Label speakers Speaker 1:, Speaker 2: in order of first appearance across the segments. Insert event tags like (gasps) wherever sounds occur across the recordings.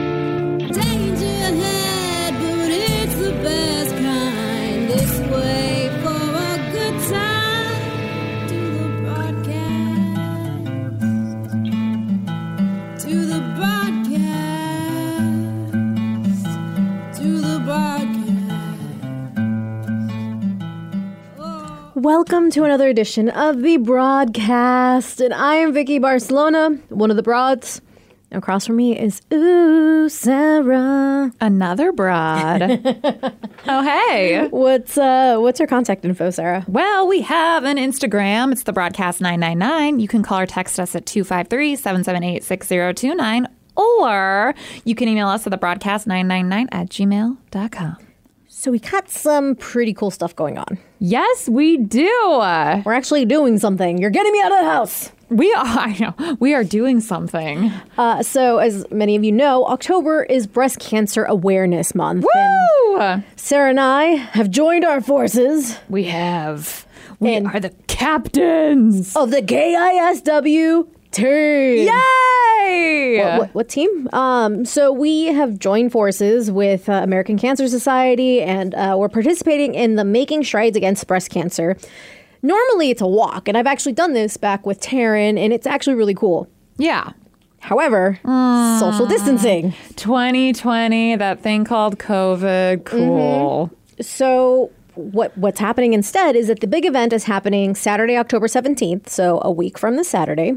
Speaker 1: Danger ahead, but it's the best kind. This way for a good time. To the broadcast. To the broadcast. To the broadcast.
Speaker 2: Welcome to another edition of the broadcast, and I am Vicky Barcelona, one of the broads. Across from me is Ooh Sarah.
Speaker 3: Another broad. oh, hey.
Speaker 2: What's uh what's your contact info, Sarah?
Speaker 3: Well, we have an Instagram. It's the broadcast 999. You can call or text us at 253 778 6029, or you can email us at the broadcast 999 at gmail.com.
Speaker 2: So we got some pretty cool stuff going on.
Speaker 3: Yes, we do.
Speaker 2: We're actually doing something. You're getting me out of the house.
Speaker 3: We are, (laughs) I know, we are doing something.
Speaker 2: Uh, so as many of you know, October is breast cancer awareness month. And
Speaker 3: Woo!
Speaker 2: Sarah and I have joined our forces
Speaker 3: We have. We
Speaker 2: And-
Speaker 3: are the captains.
Speaker 2: of the KISW team.
Speaker 3: Yay!
Speaker 2: Uh, what, what team? Um, so we have joined forces with uh, American Cancer Society, and uh, we're participating in the Making Strides Against Breast Cancer. Normally, it's a walk, and I've actually done this back with Taryn, and it's actually really cool.
Speaker 3: Yeah.
Speaker 2: However, social distancing.
Speaker 3: 2020, that thing called COVID. Cool.
Speaker 2: So what what's happening instead is that the big event is happening Saturday, October 17th, so a week from this Saturday,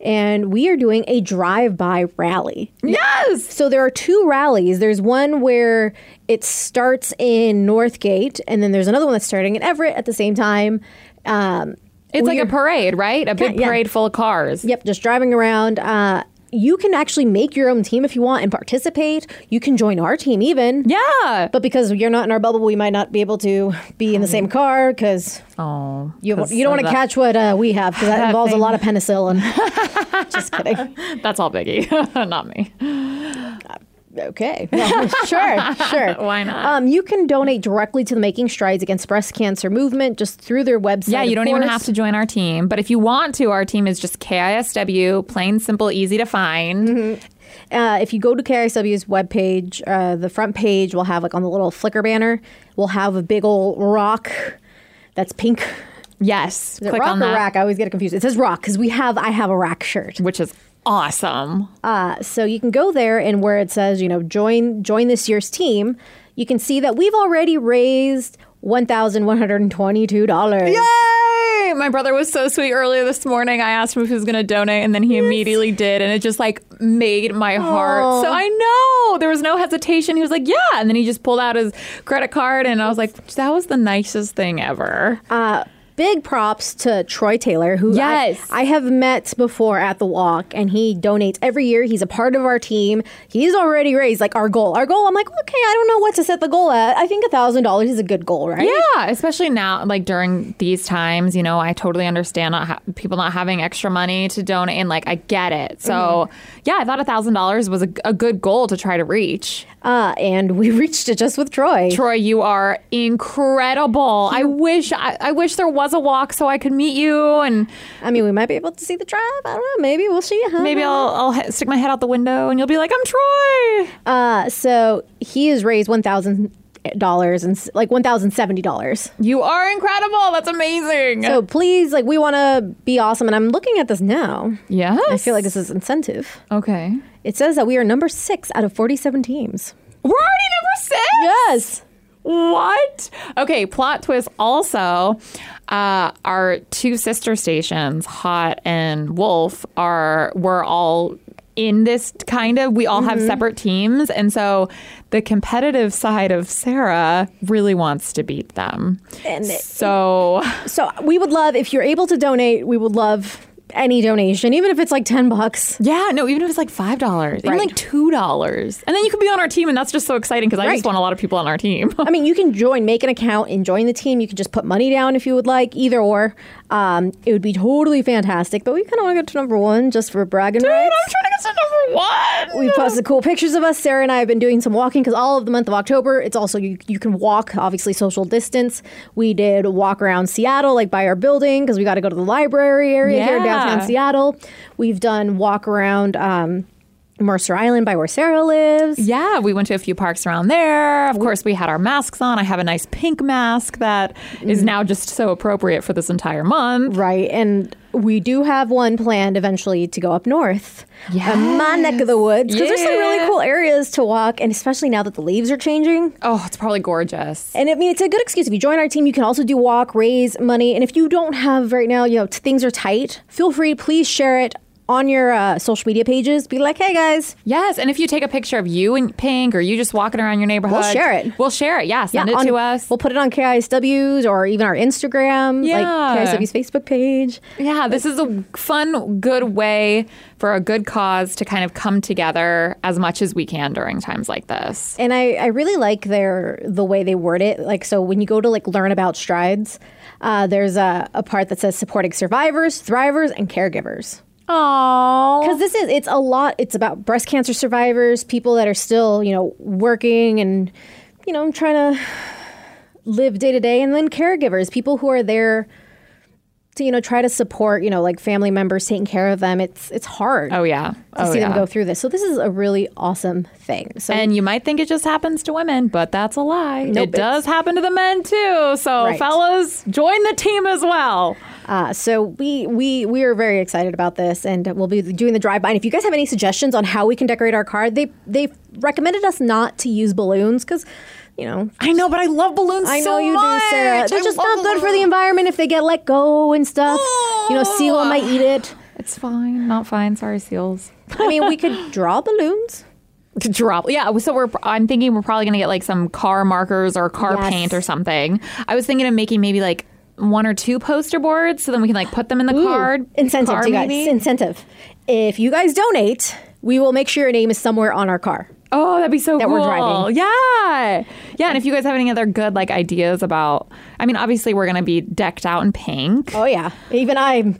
Speaker 2: and we are doing a drive-by rally.
Speaker 3: Yes.
Speaker 2: So there are two rallies. There's one where it starts in Northgate, and then there's another one that's starting in Everett at the same time. Um,
Speaker 3: It's like a parade, right? A big
Speaker 2: yeah.
Speaker 3: parade full of cars.
Speaker 2: yep, just driving around. Uh, you can actually make your own team if you want and participate. You can join our team even.
Speaker 3: Yeah.
Speaker 2: But because you're not in our bubble, we might not be able to be in the same car because
Speaker 3: Mm. Oh.
Speaker 2: you, you don't want to catch what uh, we have because that,
Speaker 3: (laughs)
Speaker 2: involves a lot of penicillin. just kidding.
Speaker 3: That's all Biggie, (laughs) not me.
Speaker 2: Okay. Well, sure, sure.
Speaker 3: (laughs) Why not?
Speaker 2: Um, you can donate directly to the Making Strides Against Breast Cancer movement just through their website.
Speaker 3: Yeah, you
Speaker 2: of
Speaker 3: don't even
Speaker 2: course.
Speaker 3: have to join our team. But if you want to, our team is just KISW, plain, simple, easy to find.
Speaker 2: Uh, if you go to KISW's webpage, uh, the front page will have, like, on the little Flickr banner, we'll have a big old rock that's pink.
Speaker 3: Yes.
Speaker 2: Is it
Speaker 3: Click
Speaker 2: rock
Speaker 3: on
Speaker 2: or
Speaker 3: that,
Speaker 2: rack? I always get it confused. It says rock because we have, I have a rack shirt.
Speaker 3: which is awesome.
Speaker 2: Uh, so you can go there and where it says, you know, join join this year's team, you can see that we've already raised one thousand one hundred and twenty two dollars.
Speaker 3: Yay! My brother was so sweet earlier this morning. I asked him if he was going to donate, and then he immediately did, and it just like made my heart. So I know there was no hesitation. He was like, "Yeah," and then he just pulled out his credit card, and I was like, "That was the nicest thing ever."
Speaker 2: Uh, big props to Troy Taylor, who I-
Speaker 3: Yes.
Speaker 2: I, have met before at the walk, and he donates every year. He's a part of our team. He's already raised like our goal. Our goal. I'm like, okay, I don't know what to set the goal at. I think a thousand dollars is a good goal, right?
Speaker 3: yeah, especially now, like during these times, you know, I totally understand not ha- people not having extra money to donate, and like I get it. So, yeah, I thought a thousand dollars was a, a good goal to try to reach.
Speaker 2: Uh, and we (laughs) reached it just with Troy.
Speaker 3: Troy, you are incredible. I wish I, I wish there was a walk so I could meet you, and
Speaker 2: I mean, we might be able to see the drive. I don't know. Maybe we'll see. Huh?
Speaker 3: maybe I'll, I'll he- stick my head out the window, and you'll be like, "I'm Troy."
Speaker 2: Uh, so he has raised one thousand dollars and s- like one thousand seventy dollars.
Speaker 3: You are incredible. That's amazing.
Speaker 2: So please, like, we want to be awesome. And I'm looking at this now.
Speaker 3: yes,
Speaker 2: I feel like this is incentive.
Speaker 3: okay.
Speaker 2: It says that we are number six out of 47 teams.
Speaker 3: We're already number six.
Speaker 2: Yes.
Speaker 3: What? Okay, plot twist also. Uh, our two sister stations, Hot and Wolf, are were all in this kind of we all have
Speaker 2: Mm-hmm.
Speaker 3: separate teams and so the competitive side of Sarah really wants to beat them.
Speaker 2: And it-
Speaker 3: so
Speaker 2: So we would love if you're able to donate. We would love any donation, even if it's like ten bucks.
Speaker 3: Yeah, no, even if it's like five dollars, even
Speaker 2: Right.
Speaker 3: like two dollars, and then you could be on our team, and that's just so exciting because I
Speaker 2: Right.
Speaker 3: just want a lot of people on our team. (laughs)
Speaker 2: I mean, you can join, make an account, and join the team. You can just put money down if you would like, either or. Um, it would be totally fantastic. But we kind of want to get to number one just for bragging rights.
Speaker 3: trying to get to number one.
Speaker 2: We posted cool pictures of us. Sarah and I have been doing some walking because all of the month of October, it's also you, you can walk, obviously, social distance. We did a walk around Seattle, like by our building, because we got to go to the library area here in
Speaker 3: Yeah.
Speaker 2: downtown Seattle. We've done walk around um, Mercer Island by where Sarah lives.
Speaker 3: Yeah, we went to a few parks around there. Of course, we had our masks on. I have a nice pink mask that
Speaker 2: Mm.
Speaker 3: is now just so appropriate for this entire month.
Speaker 2: Right. And we do have one planned eventually to go up north. Yeah. My neck of the woods. Because there's some really
Speaker 3: Yeah.
Speaker 2: cool areas to walk. And especially now that the leaves are changing.
Speaker 3: Oh, it's probably gorgeous.
Speaker 2: And I mean, it's a good excuse. If you join our team, you can also do walk, raise money. And if you don't have right now, you know, t- things are tight, feel free, please share it on your uh, social media pages. Be like, hey guys,
Speaker 3: Yes, and if you take a picture of you in pink or you just walking around your neighborhood,
Speaker 2: share it.
Speaker 3: We'll share it. Yeah, send it
Speaker 2: on-
Speaker 3: to us.
Speaker 2: We'll put it on KISW's or even our Instagram,
Speaker 3: Yeah.
Speaker 2: like KISW's Facebook page.
Speaker 3: Yeah, this is a fun, good way for a good cause to kind of come together as much as we can during times like this.
Speaker 2: And I, I really like their the way they word it. Like so when you go to like learn about strides, uh, there's a, a part that says supporting survivors, thrivers, and caregivers.
Speaker 3: Oh,
Speaker 2: Because this is it's a lot it's about breast cancer survivors, people that are still, you know, working and you know, trying to live day to day and then caregivers, people who are there to, you know, try to support, you know, like family members taking care of them. It's it's hard
Speaker 3: oh yeah,
Speaker 2: to
Speaker 3: oh
Speaker 2: see
Speaker 3: yeah.
Speaker 2: them go through this. So this is a really awesome thing. So
Speaker 3: and you might think it just happens to women, but that's a lie.
Speaker 2: Nope,
Speaker 3: it does happen to the men too. So,
Speaker 2: Right.
Speaker 3: fellas, join the team as well.
Speaker 2: Uh, so we we we are very excited about this, and we'll be doing the drive by. And if you guys have any suggestions on how we can decorate our car, they they recommended us not to use balloons because, you know,
Speaker 3: I know, but I love balloons.
Speaker 2: I know you do, Sarah. They're just not good for the environment if they get let go and stuff. You know,
Speaker 3: Oh.
Speaker 2: seal might eat it.
Speaker 3: It's fine, not fine. Sorry, seals.
Speaker 2: I mean, we
Speaker 3: (laughs)
Speaker 2: could draw balloons.
Speaker 3: to drop. Yeah, so we're. I'm thinking we're probably gonna get like some car markers or car
Speaker 2: Yes.
Speaker 3: paint or something. I was thinking of making maybe like one or two poster boards, so then we can like put them in the card.
Speaker 2: incentive,
Speaker 3: car
Speaker 2: to you guys.
Speaker 3: maybe.
Speaker 2: Incentive. If you guys donate, we will make sure your name is somewhere on our car.
Speaker 3: Oh, that'd be so
Speaker 2: That
Speaker 3: cool.
Speaker 2: we're driving.
Speaker 3: Yeah. Yeah. And if you guys have any other good like ideas about I mean, obviously we're gonna be decked out in pink.
Speaker 2: Oh yeah, even I'm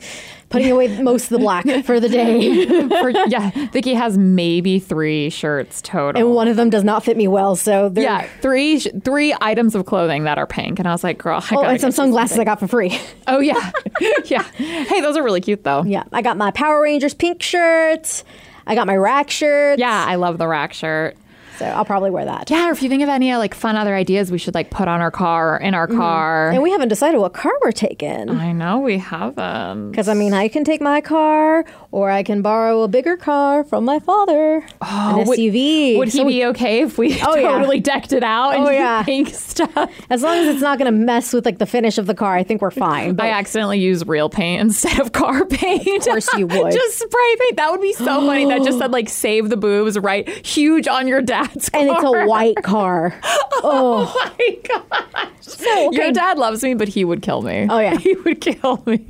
Speaker 2: putting away most of the
Speaker 3: (laughs)
Speaker 2: black for the day.
Speaker 3: For- yeah. Vicky has maybe three shirts total.
Speaker 2: and one of them does not fit me well. So they're-
Speaker 3: yeah, three sh- three items of clothing that are pink, and I was like, "Girl, I
Speaker 2: Oh,
Speaker 3: gotta
Speaker 2: and some
Speaker 3: get you
Speaker 2: sunglasses I got for free. (laughs)
Speaker 3: Oh yeah, (laughs) yeah. Hey, those are really cute though.
Speaker 2: yeah, I got my Power Rangers pink shirt. I got my rack shirt.
Speaker 3: Yeah, I love the rack shirt.
Speaker 2: so I'll probably wear that.
Speaker 3: Yeah, or if you think of any uh, like fun other ideas we should like put on our car or in our car.
Speaker 2: And we haven't decided what car we're taking.
Speaker 3: Mm-hmm. I know we um, haven't.
Speaker 2: Because I mean, I can take my car, or I can borrow a bigger car from my father, an SUV.
Speaker 3: Oh, Would he
Speaker 2: So
Speaker 3: be okay if we
Speaker 2: Oh, yeah.
Speaker 3: totally decked it out and
Speaker 2: Oh,
Speaker 3: (laughs) did
Speaker 2: yeah.
Speaker 3: pink stuff?
Speaker 2: as long as it's not going to mess with like the finish of the car, I think we're fine. But
Speaker 3: (laughs) I accidentally used real paint (laughs) instead of car paint. Of (laughs)
Speaker 2: course you would.
Speaker 3: just spray paint. That would be so funny. That just said like save the boobs right huge on your dad's car.
Speaker 2: and it's a white car.
Speaker 3: (laughs) Oh my gosh. Your dad loves me, but he would kill me.
Speaker 2: Oh, yeah.
Speaker 3: (laughs) He would kill me.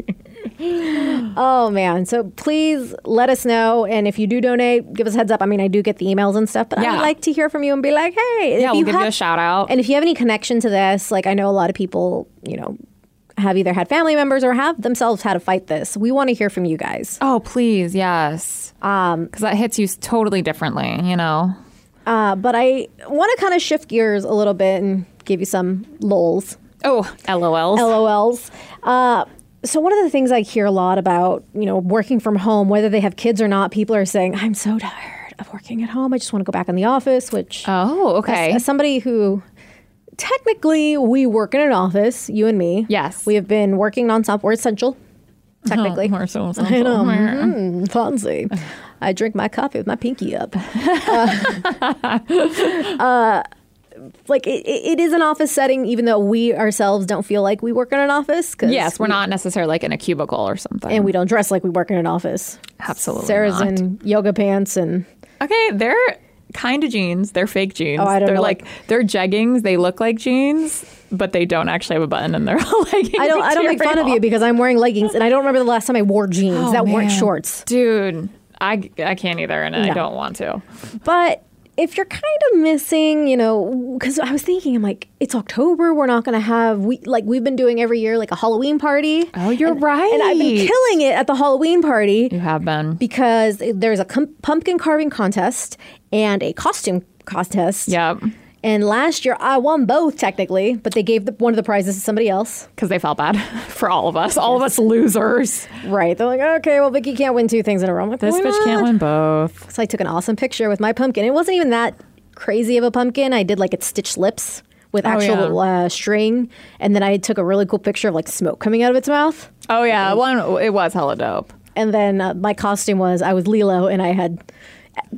Speaker 2: Oh man! So please let us know, and if you do donate, give us a heads up. I mean, I do get the emails and stuff, but I
Speaker 3: Yeah.
Speaker 2: would like to hear from you and be like, hey, if
Speaker 3: Yeah,
Speaker 2: you
Speaker 3: we'll give you
Speaker 2: have-
Speaker 3: a shout out.
Speaker 2: And if you have any connection to this, like I know a lot of people, you know, have either had family members or have themselves had to fight this. We want to hear from you guys.
Speaker 3: Oh, please, yes. Um, because that hits you s- totally differently, you know.
Speaker 2: Uh, but I want to kind of shift gears a little bit and give you some lols.
Speaker 3: Oh, LOLs.
Speaker 2: LOLs. Uh, so one of the things I hear a lot about, you know, working from home, whether they have kids or not, people are saying, "I'm so tired of working at home. I just want to go back in the office." Which,
Speaker 3: oh,
Speaker 2: as,
Speaker 3: okay.
Speaker 2: as somebody who, technically, we work in an office, you and me.
Speaker 3: Yes.
Speaker 2: we have been working nonstop. We're essential, technically.
Speaker 3: We're so social. Uh-huh.
Speaker 2: (laughs) Mm, fancy.
Speaker 3: (laughs)
Speaker 2: I drink my coffee with my pinky up. (laughs) Uh, uh, like it, it is an office setting, even though we ourselves don't feel like we work in an office. 'cause
Speaker 3: Yes, we're
Speaker 2: we-
Speaker 3: not necessarily like in a cubicle or something.
Speaker 2: and we don't dress like we work in an office.
Speaker 3: Absolutely
Speaker 2: Sarah's
Speaker 3: not.
Speaker 2: in yoga pants
Speaker 3: (laughs)
Speaker 2: and
Speaker 3: Okay, they're kind of jeans. They're fake jeans.
Speaker 2: Oh, I don't
Speaker 3: they're
Speaker 2: know,
Speaker 3: like, they're jeggings. They look like jeans, but they don't actually have a button in their (laughs) leggings.
Speaker 2: I don't I don't make fun of
Speaker 3: (laughs)
Speaker 2: you because I'm wearing leggings and I don't remember the last time I wore jeans
Speaker 3: Oh,
Speaker 2: that weren't shorts.
Speaker 3: dude. I, I can't either, and I
Speaker 2: No.
Speaker 3: don't want to.
Speaker 2: But if you're kind of missing, you know, because I was thinking, I'm like, it's October. We're not going to have we like we've been doing every year like a Halloween party.
Speaker 3: Oh, you're right.
Speaker 2: And I've been killing it at the Halloween party
Speaker 3: You have been.
Speaker 2: because there's a com- pumpkin carving contest and a costume contest.
Speaker 3: Yep.
Speaker 2: And last year I won both technically, but they gave the, one of the prizes to somebody else.
Speaker 3: Because they felt bad (laughs) for all of us. All of us losers.
Speaker 2: Right. They're like, okay, well, Vicky can't win two things in a row. I'm like,
Speaker 3: This
Speaker 2: why
Speaker 3: bitch can't
Speaker 2: not?
Speaker 3: win both.
Speaker 2: So I took an awesome picture with my pumpkin. It wasn't even that crazy of a pumpkin. I did like its stitched lips with
Speaker 3: Oh,
Speaker 2: actual uh, string, and then I took a really cool picture of like smoke coming out of its mouth.
Speaker 3: Oh, yeah. One, it was hella dope.
Speaker 2: And then uh, my costume was I was Lilo, and I had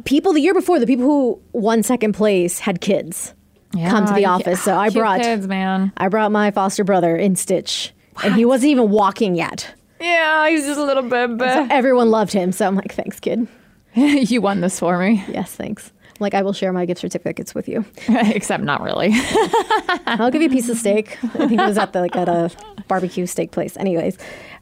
Speaker 2: people the year before. The people who won second place had kids come to the
Speaker 3: you ca-
Speaker 2: office, so I
Speaker 3: Cute
Speaker 2: brought
Speaker 3: kids, man.
Speaker 2: I brought my foster brother in Stitch, and he wasn't even walking yet.
Speaker 3: Yeah, he's just a little bit.
Speaker 2: Everyone loved him, so I'm like, thanks, kid. (laughs)
Speaker 3: you won this for me,
Speaker 2: Yes, thanks. I'm like I will share my gift certificates with you.
Speaker 3: (laughs) except not really.
Speaker 2: I'll give you a piece of steak. I think it was at the like at a barbecue steak place. Anyways,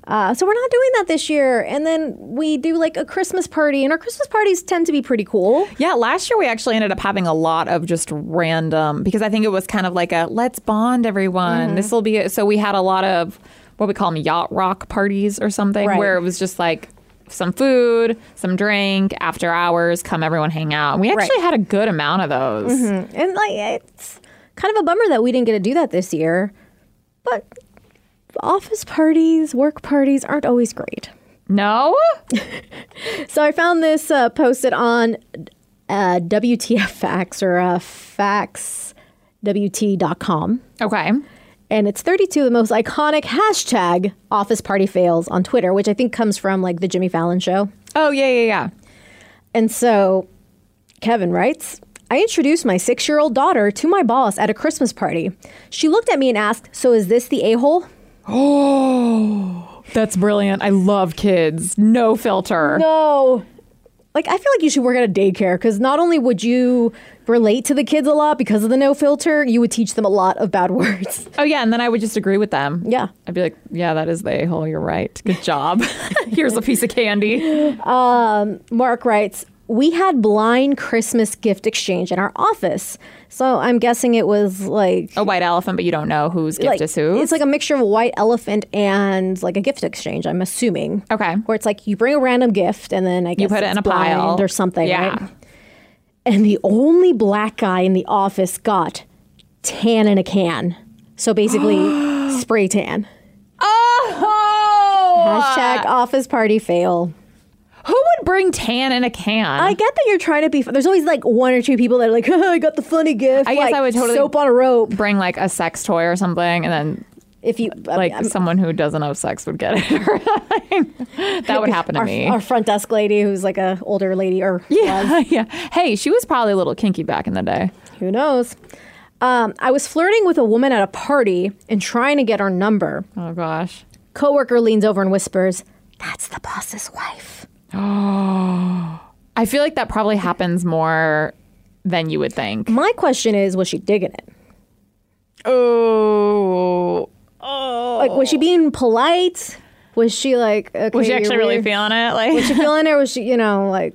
Speaker 2: uh, so we're not doing that this year. And then we do like a Christmas party, and our Christmas parties tend to be pretty cool.
Speaker 3: Yeah, last year we actually ended up having a lot of just random because I think it was kind of like a let's bond everyone. This will be it. so we had a lot of what we call them yacht rock parties or something
Speaker 2: Right.
Speaker 3: where it was just like some food, some drink, after hours, come everyone hang out. And we actually
Speaker 2: Right.
Speaker 3: had a good amount of those.
Speaker 2: And like it's kind of a bummer that we didn't get to do that this year. But office parties, work parties aren't always great.
Speaker 3: No?
Speaker 2: So I found this uh, posted on uh, WTF Facts or uh, FaxWT.com.
Speaker 3: Okay.
Speaker 2: and it's 32 the most iconic hashtag office party fails on twitter which i think comes from like the jimmy fallon show
Speaker 3: Oh, yeah, yeah, yeah.
Speaker 2: and so kevin writes i introduced my six-year-old daughter to my boss at a christmas party she looked at me and asked so is this the a-hole
Speaker 3: That's brilliant. I love kids. No filter.
Speaker 2: no like i feel like you should work at a daycare because not only would you relate to the kids a lot because of the no filter you would teach them a lot of bad (laughs) words
Speaker 3: Oh, yeah. And then I would just agree with them.
Speaker 2: Yeah.
Speaker 3: I'd be like, yeah, that is the a hole. You're right. Good job. (laughs) Here's a piece of candy.
Speaker 2: Mark writes, We had blind Christmas gift exchange in our office. So I'm guessing it was like.
Speaker 3: A white elephant, but you don't know whose gift
Speaker 2: like,
Speaker 3: is who.
Speaker 2: It's like a mixture of a white elephant and like a gift exchange, I'm assuming.
Speaker 3: Okay.
Speaker 2: Where it's like you bring a random gift and then I guess
Speaker 3: you put it
Speaker 2: it's
Speaker 3: in a
Speaker 2: blind
Speaker 3: pile
Speaker 2: or something,
Speaker 3: Yeah.
Speaker 2: right? And the only black guy in the office got tan in a can. So basically, (gasps) spray tan.
Speaker 3: Oh,
Speaker 2: Hashtag office party fail.
Speaker 3: who would bring tan in a can?
Speaker 2: I get that you're trying to be. There's always like one or two people that are like, (laughs) oh, I got the funny gift.
Speaker 3: I guess
Speaker 2: like,
Speaker 3: I would totally-
Speaker 2: soap on a rope.
Speaker 3: bring like a sex toy or something, and then
Speaker 2: If you
Speaker 3: like
Speaker 2: I'm-
Speaker 3: someone who doesn't have sex would get (laughs) it. that would happen to
Speaker 2: our,
Speaker 3: me.
Speaker 2: our front desk lady, who's like a older lady, or
Speaker 3: (laughs) yeah, (laughs) yeah. Hey, she was probably a little kinky back in the day.
Speaker 2: who knows. Um, I was flirting with a woman at a party and trying to get her number.
Speaker 3: Oh gosh.
Speaker 2: Coworker leans over and whispers, "That's the boss's wife."
Speaker 3: I feel like that probably happens more than you would think.
Speaker 2: My question is, was she digging it?
Speaker 3: Oh. Oh.
Speaker 2: Like, was she being polite? Was she like, okay,
Speaker 3: was she
Speaker 2: you're
Speaker 3: actually really
Speaker 2: weird?
Speaker 3: feeling it? Like
Speaker 2: Was she feeling it? or Was she, you know, like?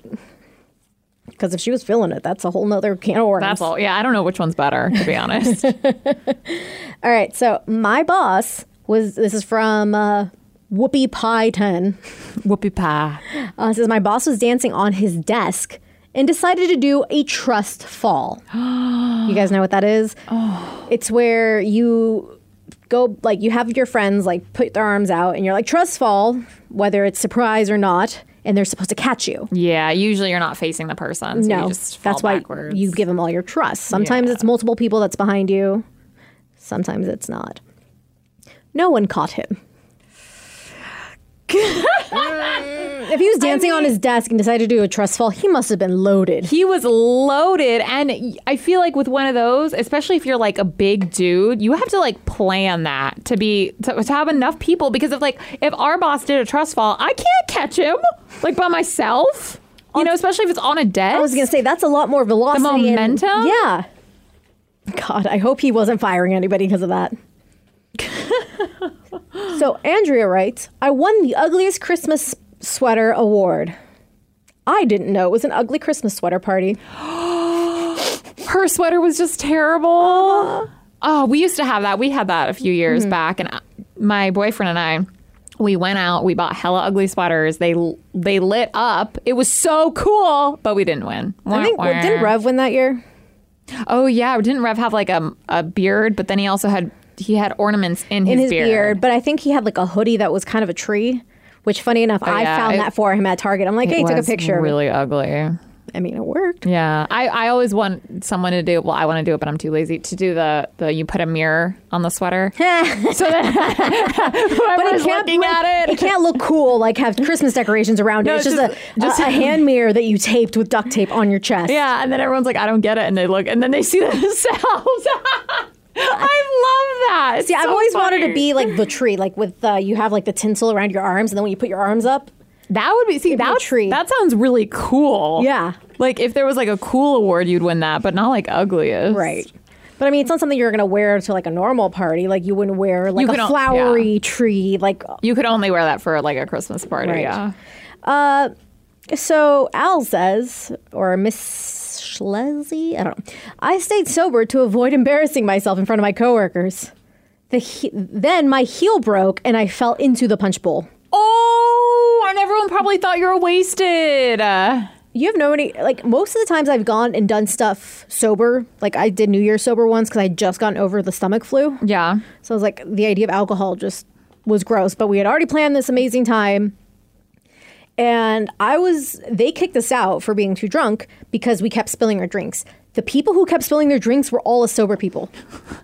Speaker 2: Because if she was feeling it, that's a whole nother can of worms.
Speaker 3: that's all. Yeah, I don't know which one's better to be honest.
Speaker 2: All right, so my boss was this is from uh, Whoopie Pie 10.
Speaker 3: (laughs) Whoopie pie.
Speaker 2: Uh, it says my boss was dancing on his desk and decided to do a trust
Speaker 3: (gasps)
Speaker 2: fall. you guys know what that is?
Speaker 3: Oh.
Speaker 2: It's where you go like you have your friends like put their arms out and you're like trust fall whether it's surprise or not and they're supposed to catch you.
Speaker 3: Yeah, usually you're not facing the person. So
Speaker 2: no,
Speaker 3: you just fall
Speaker 2: that's why
Speaker 3: backwards.
Speaker 2: you give them all your trust. Sometimes it's multiple people that's behind you. Sometimes it's not.
Speaker 3: (laughs)
Speaker 2: No one caught him. if he was dancing on his desk and decided to do a trust fall, he must have been loaded.
Speaker 3: He was loaded, and I feel like with one of those, especially if you're like a big dude, you have to like plan that to be to, to have enough people. Because if like if our boss did a trust fall, I can't catch him like by myself. You know, especially if it's on a desk.
Speaker 2: I was gonna say that's a lot more velocity. and-
Speaker 3: momentum?
Speaker 2: yeah. God, I hope he wasn't firing anybody because of that. (laughs) so Andrea writes, I won the ugliest Christmas sweater award. I didn't know it was an ugly Christmas sweater party.
Speaker 3: her sweater was just terrible. Oh, we used to have that. We had that a few years
Speaker 2: Mm-hmm.
Speaker 3: back, and I- my boyfriend and I, we went out. We bought hella ugly sweaters. They they lit up. It was so cool, but we didn't win.
Speaker 2: I think
Speaker 3: Wah, wah.
Speaker 2: didn't Rev win that year?
Speaker 3: Oh yeah, didn't Rev have like a a beard? But then he also had he had ornaments in his,
Speaker 2: in his beard. but I think he had like a hoodie that was kind of a tree. Which, funny enough, I
Speaker 3: Oh, yeah,
Speaker 2: found
Speaker 3: it-
Speaker 2: that for him at Target. I'm like, hey, he took a
Speaker 3: Was
Speaker 2: picture. of it.
Speaker 3: Really ugly.
Speaker 2: I mean, it worked. (laughs)
Speaker 3: Yeah, I, I always want someone to do. Well, I want to do it, but I'm too lazy to do the the you put a mirror on the sweater.
Speaker 2: (laughs)
Speaker 3: so that (laughs) whoever's looking
Speaker 2: look-
Speaker 3: at
Speaker 2: it can't look cool. Like have Christmas decorations around
Speaker 3: No,
Speaker 2: it. It's,
Speaker 3: it's
Speaker 2: just, a,
Speaker 3: just- (laughs)
Speaker 2: a, a hand mirror that you taped with duct tape on your chest.
Speaker 3: (laughs) Yeah, and then everyone's like, I don't get it, and they look, and then they see (laughs) themselves. (laughs) I love that. It's
Speaker 2: See, I've
Speaker 3: so
Speaker 2: always wanted
Speaker 3: funny.
Speaker 2: to be like
Speaker 3: (laughs)
Speaker 2: the tree, like with uh, you have like the tinsel around your arms, and then when you put your arms up,
Speaker 3: That would be see
Speaker 2: be a
Speaker 3: that
Speaker 2: tree.
Speaker 3: that sounds really cool.
Speaker 2: Yeah.
Speaker 3: like if there was like a cool award, you'd win that, but not like ugliest.
Speaker 2: But I mean, it's not something you're gonna wear to like a normal party. Like you wouldn't wear like
Speaker 3: You could
Speaker 2: a
Speaker 3: al-
Speaker 2: flowery tree. Like
Speaker 3: You could only wear that for like a Christmas party.
Speaker 2: Right.
Speaker 3: Yeah.
Speaker 2: so, Al says, or Miss Schlesy, I don't know. I stayed sober to avoid embarrassing myself in front of my coworkers. The he- then my heel broke and I fell into the punch bowl.
Speaker 3: Oh, and everyone probably thought you were wasted. Uh,
Speaker 2: You have no any like most of the times I've gone and done stuff sober. Like I did New Year's sober once because I had just gotten over the stomach flu.
Speaker 3: yeah.
Speaker 2: So I was like, the idea of alcohol just was gross. But we had already planned this amazing time. And I was, they kicked us out for being too drunk because we kept spilling our drinks. The people who kept spilling their drinks were all sober people.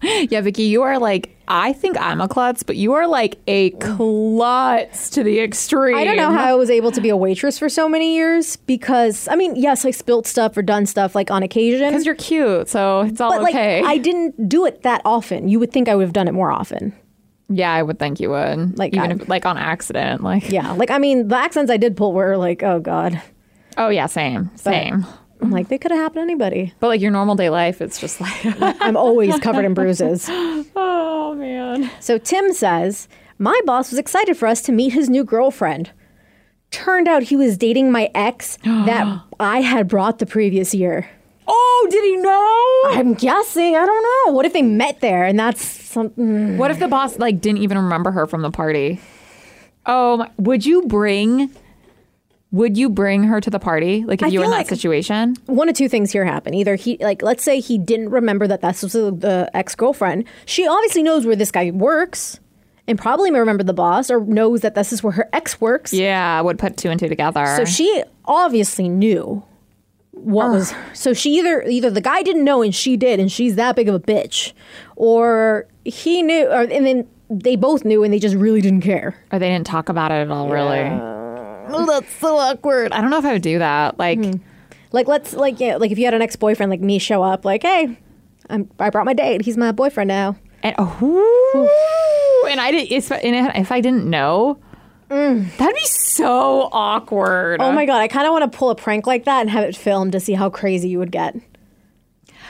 Speaker 3: Yeah, Vicky, you are like, I think I'm a klutz, but you are like a klutz to the extreme.
Speaker 2: I don't know how I was able to be a waitress for so many years because, I mean, yes, I spilt stuff or done stuff like on occasion.
Speaker 3: Because you're cute, so it's all
Speaker 2: But like,
Speaker 3: okay.
Speaker 2: I didn't do it that often. You would think I would have done it more often.
Speaker 3: yeah, I would think you would.
Speaker 2: Like,
Speaker 3: even
Speaker 2: I-
Speaker 3: if like on accident. Like,
Speaker 2: Yeah. Like, I mean, the accents I did pull were like, oh God.
Speaker 3: oh yeah, same, same.
Speaker 2: I'm like, they could have happened to anybody.
Speaker 3: But like your normal day life, it's just like, (laughs)
Speaker 2: I'm always covered in bruises.
Speaker 3: oh man.
Speaker 2: So Tim says, My boss was excited for us to meet his new girlfriend. Turned out he was dating my ex that I had brought the previous year.
Speaker 3: Oh, did he know?
Speaker 2: I'm guessing. I don't know. What if they met there and that's hmm, something?
Speaker 3: What if the boss like didn't even remember her from the party? Oh, my, would you bring? Would you bring her to the party? Like if
Speaker 2: I
Speaker 3: you were in
Speaker 2: feel
Speaker 3: that
Speaker 2: like-
Speaker 3: situation?
Speaker 2: One of two things here happen. Either he, like, let's say he didn't remember that this was the, the ex girlfriend. She obviously knows where this guy works and probably remembered the boss or knows that this is where her ex works.
Speaker 3: Yeah, I would put two and two together.
Speaker 2: So she obviously knew what was. So she either either the guy didn't know and she did, and she's that big of a bitch, or he knew, or and then they both knew and they just really didn't care.
Speaker 3: or they didn't talk about it at all, really. Oh, that's so awkward. I don't know if I would do that. Like,
Speaker 2: Like let's like yeah, like if you had an ex boyfriend like me show up like hey. I'm, I brought my date. He's my boyfriend now.
Speaker 3: and oh, and I did. If, and if I didn't know, that'd be so awkward.
Speaker 2: Oh my god! I kind of want to pull a prank like that and have it filmed to see how crazy you would get.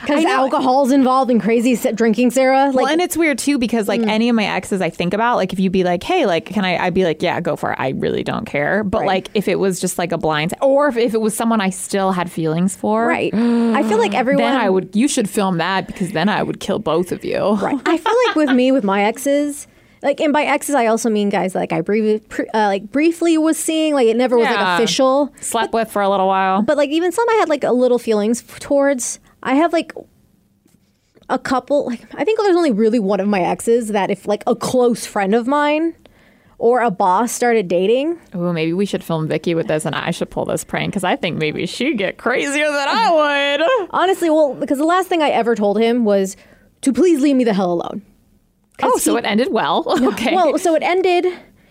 Speaker 3: I
Speaker 2: Because
Speaker 3: know.
Speaker 2: alcohol's involved in crazy se- drinking, Sarah. Like
Speaker 3: well, and it's weird too because like any of my exes I think about, like if you be like, hey, like can I? I'd be like, yeah, go for it. I really don't care. But
Speaker 2: Right.
Speaker 3: like if it was just like a blind, or if, if it was someone I still had feelings for,
Speaker 2: right. I feel like everyone.
Speaker 3: Then I would. You should film that because then I would kill both of you. Right.
Speaker 2: I feel like with me, with my exes, like, and by exes, I also mean guys that, like I brief, pre, uh, like briefly was seeing, like it never was
Speaker 3: Yeah.
Speaker 2: like official,
Speaker 3: Slept with for a little while.
Speaker 2: but like even some I had like a little feelings f- towards. I have like a couple, like I think there's only really one of my exes that if like a close friend of mine or a boss started dating,
Speaker 3: Ooh, maybe we should film Vicky with this, and I should pull this prank because I think maybe she'd get crazier than I would.
Speaker 2: honestly, well, because the last thing I ever told him was to please leave me the hell alone.
Speaker 3: Oh, so it ended well. (laughs) Okay.
Speaker 2: Well, so it ended.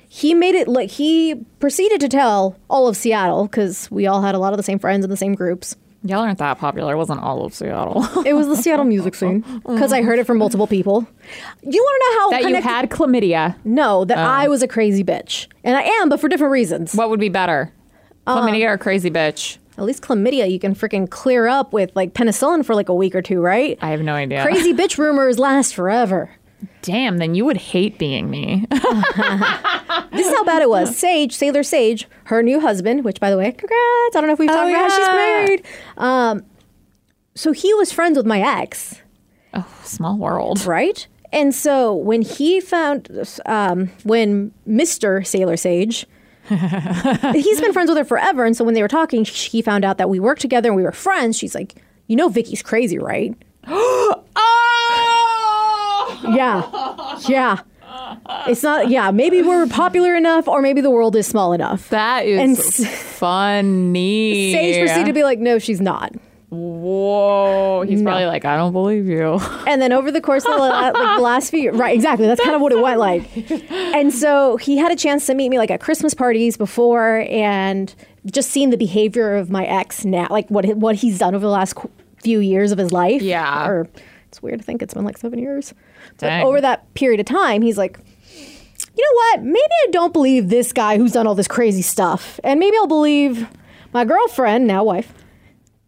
Speaker 2: he made it like he proceeded to tell all of Seattle because we all had a lot of the same friends in the same groups.
Speaker 3: Y'all aren't that popular. It wasn't all of
Speaker 2: (laughs)
Speaker 3: Seattle.
Speaker 2: It was the Seattle music scene because I heard it from multiple people. You want to know how
Speaker 3: that you
Speaker 2: connected-
Speaker 3: had Oh. chlamydia.
Speaker 2: No, that I was a crazy bitch, and I am, but for different reasons.
Speaker 3: What would be better?
Speaker 2: Uh,
Speaker 3: Chlamydia or crazy bitch?
Speaker 2: At least chlamydia, you can freaking clear up with like penicillin for like a week or two, right?
Speaker 3: I have no idea.
Speaker 2: Crazy bitch rumors last forever.
Speaker 3: (laughs) Damn, then you would hate being me. (laughs)
Speaker 2: This is how bad it was. Sage, Sailor Sage, her new husband, which by the way, congrats. I don't know if we've talked about how she's
Speaker 3: yeah.
Speaker 2: married. Um, so he was friends with my ex, (laughs)
Speaker 3: Small world.
Speaker 2: right? And so when he found, um, when Mr. Sailor Sage, he's been friends with her forever. And so when they were talking, she found out that we worked together and we were friends. She's like, you know, Vicky's crazy, right?
Speaker 3: Oh!
Speaker 2: Yeah. Yeah. It's not, yeah, maybe we're popular enough or maybe the world is small enough.
Speaker 3: That is
Speaker 2: And
Speaker 3: funny.
Speaker 2: Sage proceeded to be like, no, she's not.
Speaker 3: Whoa. He's probably like, I don't believe you. (laughs)
Speaker 2: And then over the course of the, la- like, the last few, right? Exactly. That's kind of what it went like. And so he had a chance to meet me like at Christmas parties before, and just seeing the behavior of my ex now, like what he- what he's done over the last qu- few years of his life.
Speaker 3: Yeah.
Speaker 2: Or it's weird to think it's been like seven years.
Speaker 3: Dang.
Speaker 2: But over that period of time, he's like. You know what? Maybe I don't believe this guy who's done all this crazy stuff. And maybe I'll believe my girlfriend, now wife,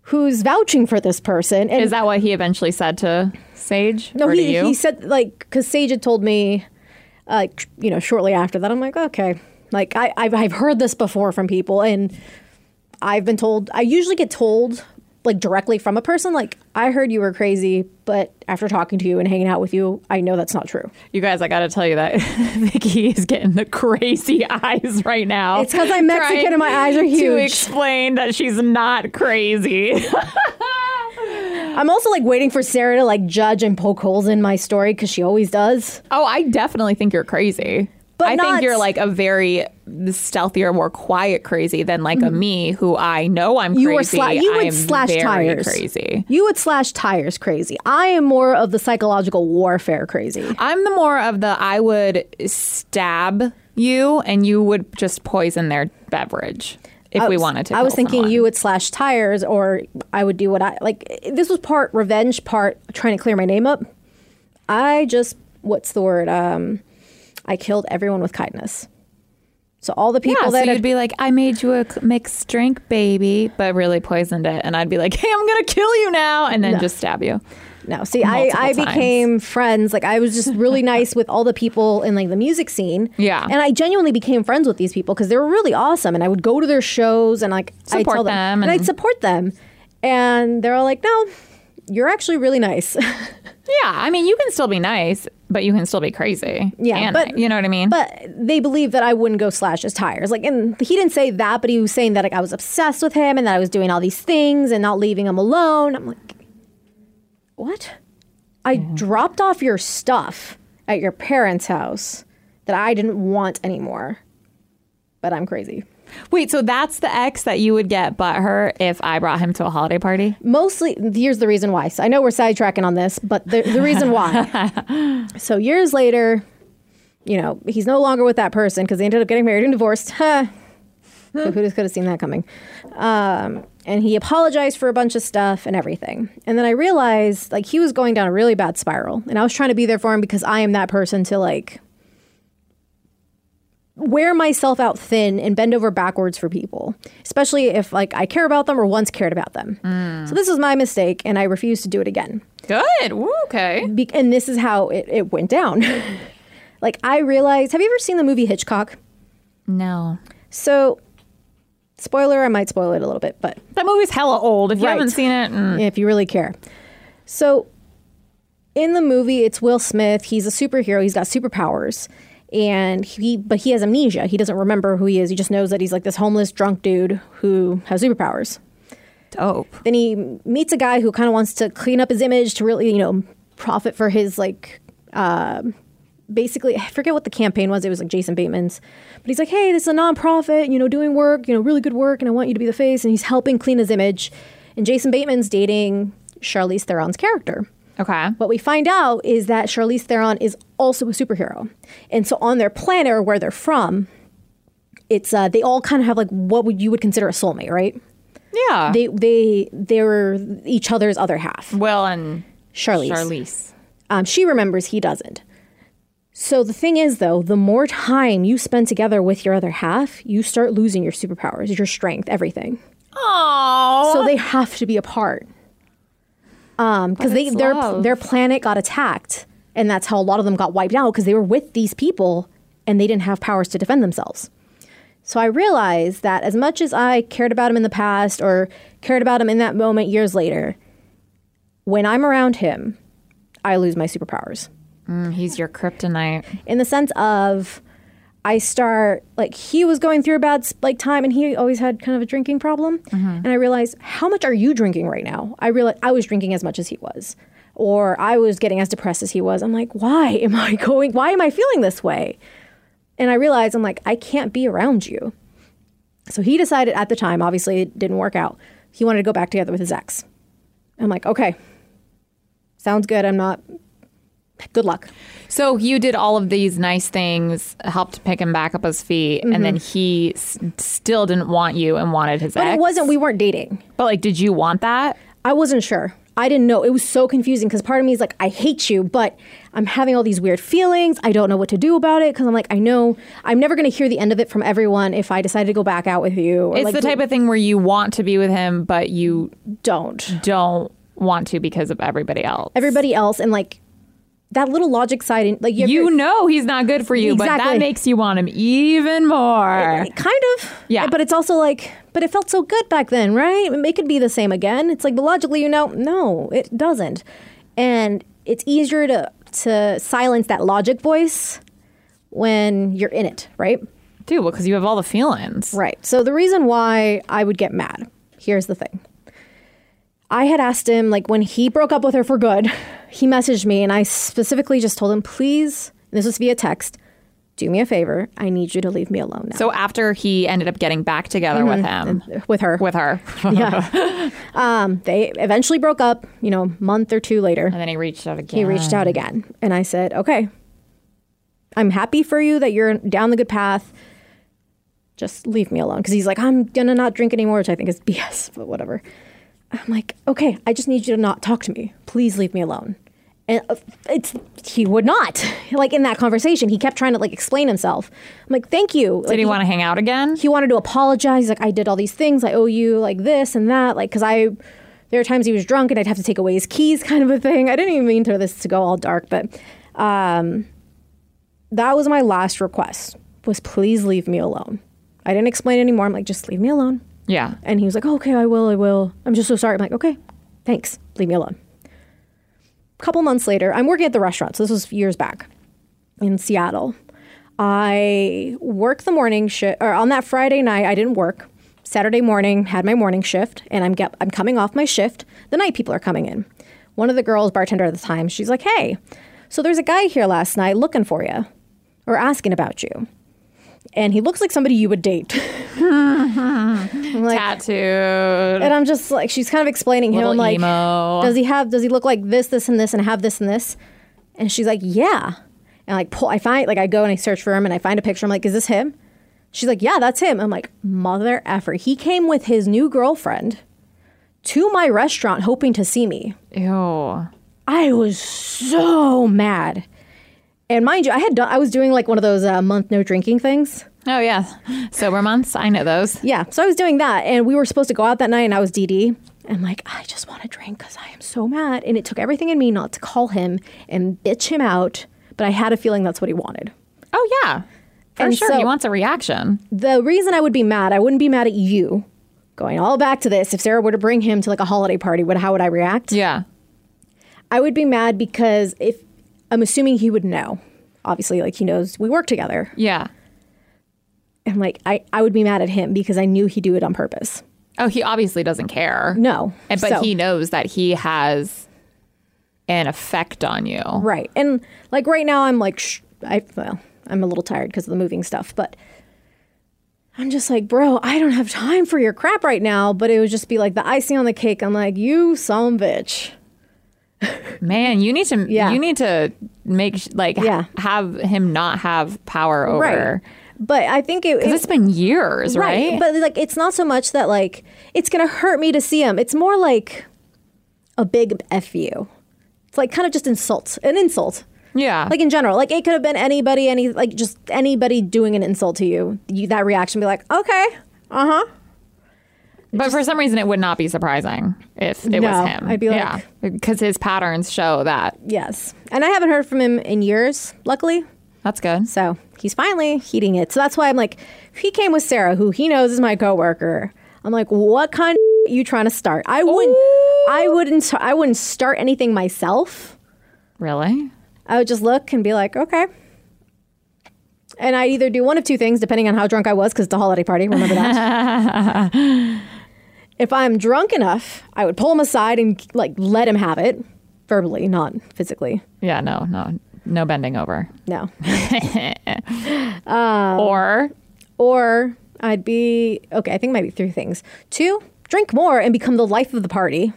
Speaker 2: who's vouching for this person. And
Speaker 3: Is that what he eventually said to Sage?
Speaker 2: no,
Speaker 3: or to
Speaker 2: he,
Speaker 3: you?
Speaker 2: he said like because Sage had told me, uh, tr- you know, shortly after that. I'm like, okay, like I I've, I've heard this before from people, and I've been told. I usually get told like directly from a person, like I heard you were crazy, but after talking to you and hanging out with you, I know that's not true.
Speaker 3: You guys, I gotta tell you that (laughs) Vicky is getting the crazy (laughs) eyes right now.
Speaker 2: It's 'cause I'm Mexican
Speaker 3: Oh, (laughs) Trying
Speaker 2: and my eyes are
Speaker 3: To
Speaker 2: huge.
Speaker 3: explain that she's not crazy. (laughs)
Speaker 2: I'm also like waiting for Sarah to like judge and poke holes in my story because she always does.
Speaker 3: Oh, I definitely think you're crazy.
Speaker 2: But
Speaker 3: I
Speaker 2: not-
Speaker 3: think you're like a very stealthier, more quiet crazy than like a me who I know I'm
Speaker 2: Mm-hmm. You
Speaker 3: crazy.
Speaker 2: are sla- you would
Speaker 3: I'm
Speaker 2: slash
Speaker 3: very
Speaker 2: tires
Speaker 3: crazy.
Speaker 2: You would slash tires crazy. I am more of the psychological warfare crazy.
Speaker 3: I'm the more of the I would stab you and you would just poison their beverage if we
Speaker 2: was-
Speaker 3: wanted to.
Speaker 2: I was
Speaker 3: kill
Speaker 2: thinking
Speaker 3: someone.
Speaker 2: you would slash tires, or I would do what I like. This was part revenge, part trying to clear my name up. I just what's the word? Um, I killed everyone with kindness. So all the people
Speaker 3: Yeah,
Speaker 2: that
Speaker 3: so
Speaker 2: had-
Speaker 3: you'd be like, I made you a c- mixed drink, baby, but really poisoned it. And I'd be like, (laughs) hey, I'm going to kill you now. And then just stab you.
Speaker 2: No, see, I,
Speaker 3: Multiple
Speaker 2: I
Speaker 3: times.
Speaker 2: became friends. Like, I was just really nice with all the people in like the music scene.
Speaker 3: Yeah.
Speaker 2: and I genuinely became friends with these people because they were really awesome, and I would go to their shows and like I
Speaker 3: Support
Speaker 2: tell them,
Speaker 3: them
Speaker 2: and, I'd
Speaker 3: and-
Speaker 2: support them, and they're all like, "No, you're actually really nice." (laughs)
Speaker 3: Yeah. I mean, you can still be nice, but you can still be crazy.
Speaker 2: Yeah,
Speaker 3: And
Speaker 2: but-
Speaker 3: you know what I mean?
Speaker 2: but they believed that I wouldn't go slash his tires. Like, and he didn't say that, but he was saying that like I was obsessed with him and that I was doing all these things and not leaving him alone. I'm like, what? I dropped off your stuff at your parents' house that I didn't want anymore, but I'm crazy.
Speaker 3: Wait, so that's the ex that you would get but her if I brought him to a holiday party?
Speaker 2: mostly here's the reason why so i know we're sidetracking on this but the, the reason why so years later you know he's no longer with that person because they ended up getting married and divorced (laughs) huh who who just could have seen that coming um, and he apologized for a bunch of stuff and everything and then i realized like he was going down a really bad spiral and i was trying to be there for him because i am that person to like wear myself out thin and bend over backwards for people, especially if like I care about them or once cared about them. So this was my mistake, and I refuse to do it again.
Speaker 3: Good. Woo, okay.
Speaker 2: Be- and this is how it, it went down. (laughs) like I realized. Have you ever seen the movie Hitchcock?
Speaker 3: No.
Speaker 2: So, spoiler. I might spoil it a little bit, but
Speaker 3: That movie's hella old. If you
Speaker 2: Right.
Speaker 3: haven't seen it, mm.
Speaker 2: if you really care. So, in the movie, it's Will Smith. He's a superhero. He's got superpowers, and he but he has amnesia. He doesn't remember who he is. He just knows that he's like this homeless drunk dude who has superpowers.
Speaker 3: dope.
Speaker 2: Then he meets a guy who kind of wants to clean up his image to really, you know, profit for his like. Uh, basically, I forget what the campaign was. It was like Jason Bateman's, but he's like, "Hey, this is a nonprofit. You know, doing work. You know, really good work, and I want you to be the face." And he's helping clean his image. And Jason Bateman's dating Charlize Theron's character.
Speaker 3: Okay.
Speaker 2: What we find out is that Charlize Theron is also a superhero. And so on their planet or where they're from, it's uh, they all kind of have like what would you would consider a soulmate, right?
Speaker 3: Yeah.
Speaker 2: They they they're each other's other half.
Speaker 3: Will and
Speaker 2: Charlize.
Speaker 3: Charlize.
Speaker 2: Um, she remembers, he doesn't. So the thing is, though, the more time you spend together with your other half, you start losing your superpowers, your strength, everything.
Speaker 3: Oh.
Speaker 2: So they have to be apart. Um, because they
Speaker 3: it's
Speaker 2: their
Speaker 3: love.
Speaker 2: their planet got attacked, and that's how a lot of them got wiped out because they were with these people and they didn't have powers to defend themselves. So I realized that as much as I cared about him in the past or cared about him in that moment years later, when I'm around him, I lose my superpowers
Speaker 3: Mm, He's your kryptonite.
Speaker 2: in the sense of I start like he was going through a bad like time and he always had kind of a drinking problem and I realized how much are you drinking right now? I realized I was drinking as much as he was or I was getting as depressed as he was. I'm like, "Why am I (laughs) going? Why am I feeling this way?" And I realized I'm like, "I can't be around you." So he decided at the time, obviously it didn't work out. He wanted to go back together with his ex. I'm like, "Okay. Sounds good. I'm not Good luck."
Speaker 3: So you did all of these nice things, helped pick him back up his feet, and then he s- still didn't want you and wanted his
Speaker 2: Mm-hmm. But
Speaker 3: ex.
Speaker 2: it wasn't we weren't dating.
Speaker 3: But like, did you want that?
Speaker 2: I wasn't sure. I didn't know. It was so confusing because part of me is like, I hate you, but I'm having all these weird feelings. I don't know what to do about it because I'm like, I know I'm never going to hear the end of it from everyone if I decide to go back out with you. Or
Speaker 3: It's
Speaker 2: like,
Speaker 3: the type of thing where you want to be with him, but you
Speaker 2: don't
Speaker 3: don't want to because of everybody else.
Speaker 2: everybody else and like that little logic side. In, like you, have
Speaker 3: you
Speaker 2: your-
Speaker 3: know he's not good for you, but
Speaker 2: Exactly.
Speaker 3: that makes you want him even more.
Speaker 2: kind of
Speaker 3: Yeah.
Speaker 2: but it's also like, but it felt so good back then, right? It could be the same again. It's like, but logically, you know, no, it doesn't, and it's easier to to silence that logic voice when you're in it, right?
Speaker 3: Dude, well, because you have all the feelings.
Speaker 2: Right. So the reason why I would get mad, here's the thing. I had asked him, like, when he broke up with her for good, he messaged me and I specifically just told him, please, and this was via text, do me a favor. I need you to leave me alone now.
Speaker 3: So after he ended up getting back together with him,
Speaker 2: with her.
Speaker 3: with her,
Speaker 2: Mm-hmm. yeah. um, they eventually broke up, you know, a month or two later.
Speaker 3: and (laughs) then he reached out again.
Speaker 2: He reached out again and I said, okay, I'm happy for you that you're down the good path. Just leave me alone. Because he's like, I'm going to not drink anymore, which I think is (laughs) BS, but whatever. I'm like, okay, I just need you to not talk to me. Please leave me alone. And uh, it's he would not. (laughs) Like in that conversation, he kept trying to like explain himself. I'm like, thank you.
Speaker 3: Did he want to hang out again?
Speaker 2: he wanted to apologize. He's like, I did all these things. I owe you like this and that. Like, because I, there were times he was drunk and I'd have to take away his keys, (laughs) kind of a thing. I didn't even mean for this to go all dark, but um, that was my last request was please leave me alone. I didn't explain anymore. I'm like, just leave me alone.
Speaker 3: Yeah.
Speaker 2: And he was like, "Oh, okay, I will, I will. I'm just so sorry. I'm like, okay, thanks. Leave me alone. A couple months later, I'm working at the restaurant. So this was years back in Seattle. I work the morning shift, or on that Friday night, I didn't work. Saturday morning, had my morning shift, and I'm get, I'm coming off my shift. The night people are coming in. One of the girls, bartender at the time, she's like, "Hey, so there's a guy here last night looking for you, or asking about you, and he looks like somebody you would date." (laughs) I'm like,
Speaker 3: Tattooed.
Speaker 2: and I'm just like, she's kind of explaining him.
Speaker 3: Little
Speaker 2: I'm like,
Speaker 3: emo.
Speaker 2: does he have? Does he look like this, this, and this, and have this and this? And she's like, yeah. And like, pull. I find like I go and I search for him and I find a picture. I'm like, is this him? She's like, yeah, that's him. I'm like, mother effer. He came with his new girlfriend to my restaurant hoping to see me.
Speaker 3: Ew.
Speaker 2: I was so mad. And mind you, I had done, I was doing like one of those uh, month no drinking things.
Speaker 3: Oh yeah, sober months. I know those.
Speaker 2: Yeah, so I was doing that, and we were supposed to go out that night, and I was DD. And like, I just want to drink because I am so mad. And it took everything in me not to call him and bitch him out, but I had a feeling that's what he wanted.
Speaker 3: Oh yeah, for
Speaker 2: And
Speaker 3: sure.
Speaker 2: so-
Speaker 3: he wants a reaction.
Speaker 2: The reason I would be mad, I wouldn't be mad at you. Going all back to this, if Sarah were to bring him to like a holiday party, what, how would I react?
Speaker 3: Yeah.
Speaker 2: I would be mad because if I'm assuming he would know, obviously, like he knows we work together.
Speaker 3: Yeah.
Speaker 2: And like, I, I would be mad at him because I knew he'd do it on purpose.
Speaker 3: Oh, he obviously doesn't care.
Speaker 2: No.
Speaker 3: And, but
Speaker 2: So-
Speaker 3: he knows that he has an effect on you.
Speaker 2: Right. And like right now, I'm like, sh- I, well, I'm a little tired because of the moving stuff, but I'm just like, bro, I don't have time for your crap right now. But it would just be like the icing on the cake. I'm like, you some bitch.
Speaker 3: Man, you need to
Speaker 2: Yeah.
Speaker 3: you need to make sh- like h-
Speaker 2: Yeah.
Speaker 3: have him not have power over.
Speaker 2: But I think it,
Speaker 3: Because it's been years, right?
Speaker 2: But like, it's not so much that like it's gonna hurt me to see him. It's more like a big f you. It's like kind of just insult, an insult.
Speaker 3: yeah.
Speaker 2: Like in general, like it could have been anybody, any like just anybody doing an insult to you. You that reaction be like, okay,
Speaker 3: but for some reason it would not be surprising if it
Speaker 2: No,
Speaker 3: was him.
Speaker 2: I'd be like-
Speaker 3: yeah. Because his patterns show that.
Speaker 2: yes. And I haven't heard from him in years, luckily.
Speaker 3: That's good.
Speaker 2: So he's finally heating it. So that's why I'm like, if he came with Sarah, who he knows is my coworker, I'm like, what kind of (laughs) you trying to start? I wouldn't, I wouldn't, I wouldn't start anything myself.
Speaker 3: Really?
Speaker 2: I would just look and be like, okay. And I'd either do one of two things, depending on how drunk I was, because it's a holiday party. Remember that. if I'm drunk enough, I would pull him aside and like let him have it, verbally, not physically.
Speaker 3: Yeah, no, no. No bending over.
Speaker 2: No. Um,
Speaker 3: or
Speaker 2: Or I'd be okay. I think it might be three things. Two, drink more and become the life of the party.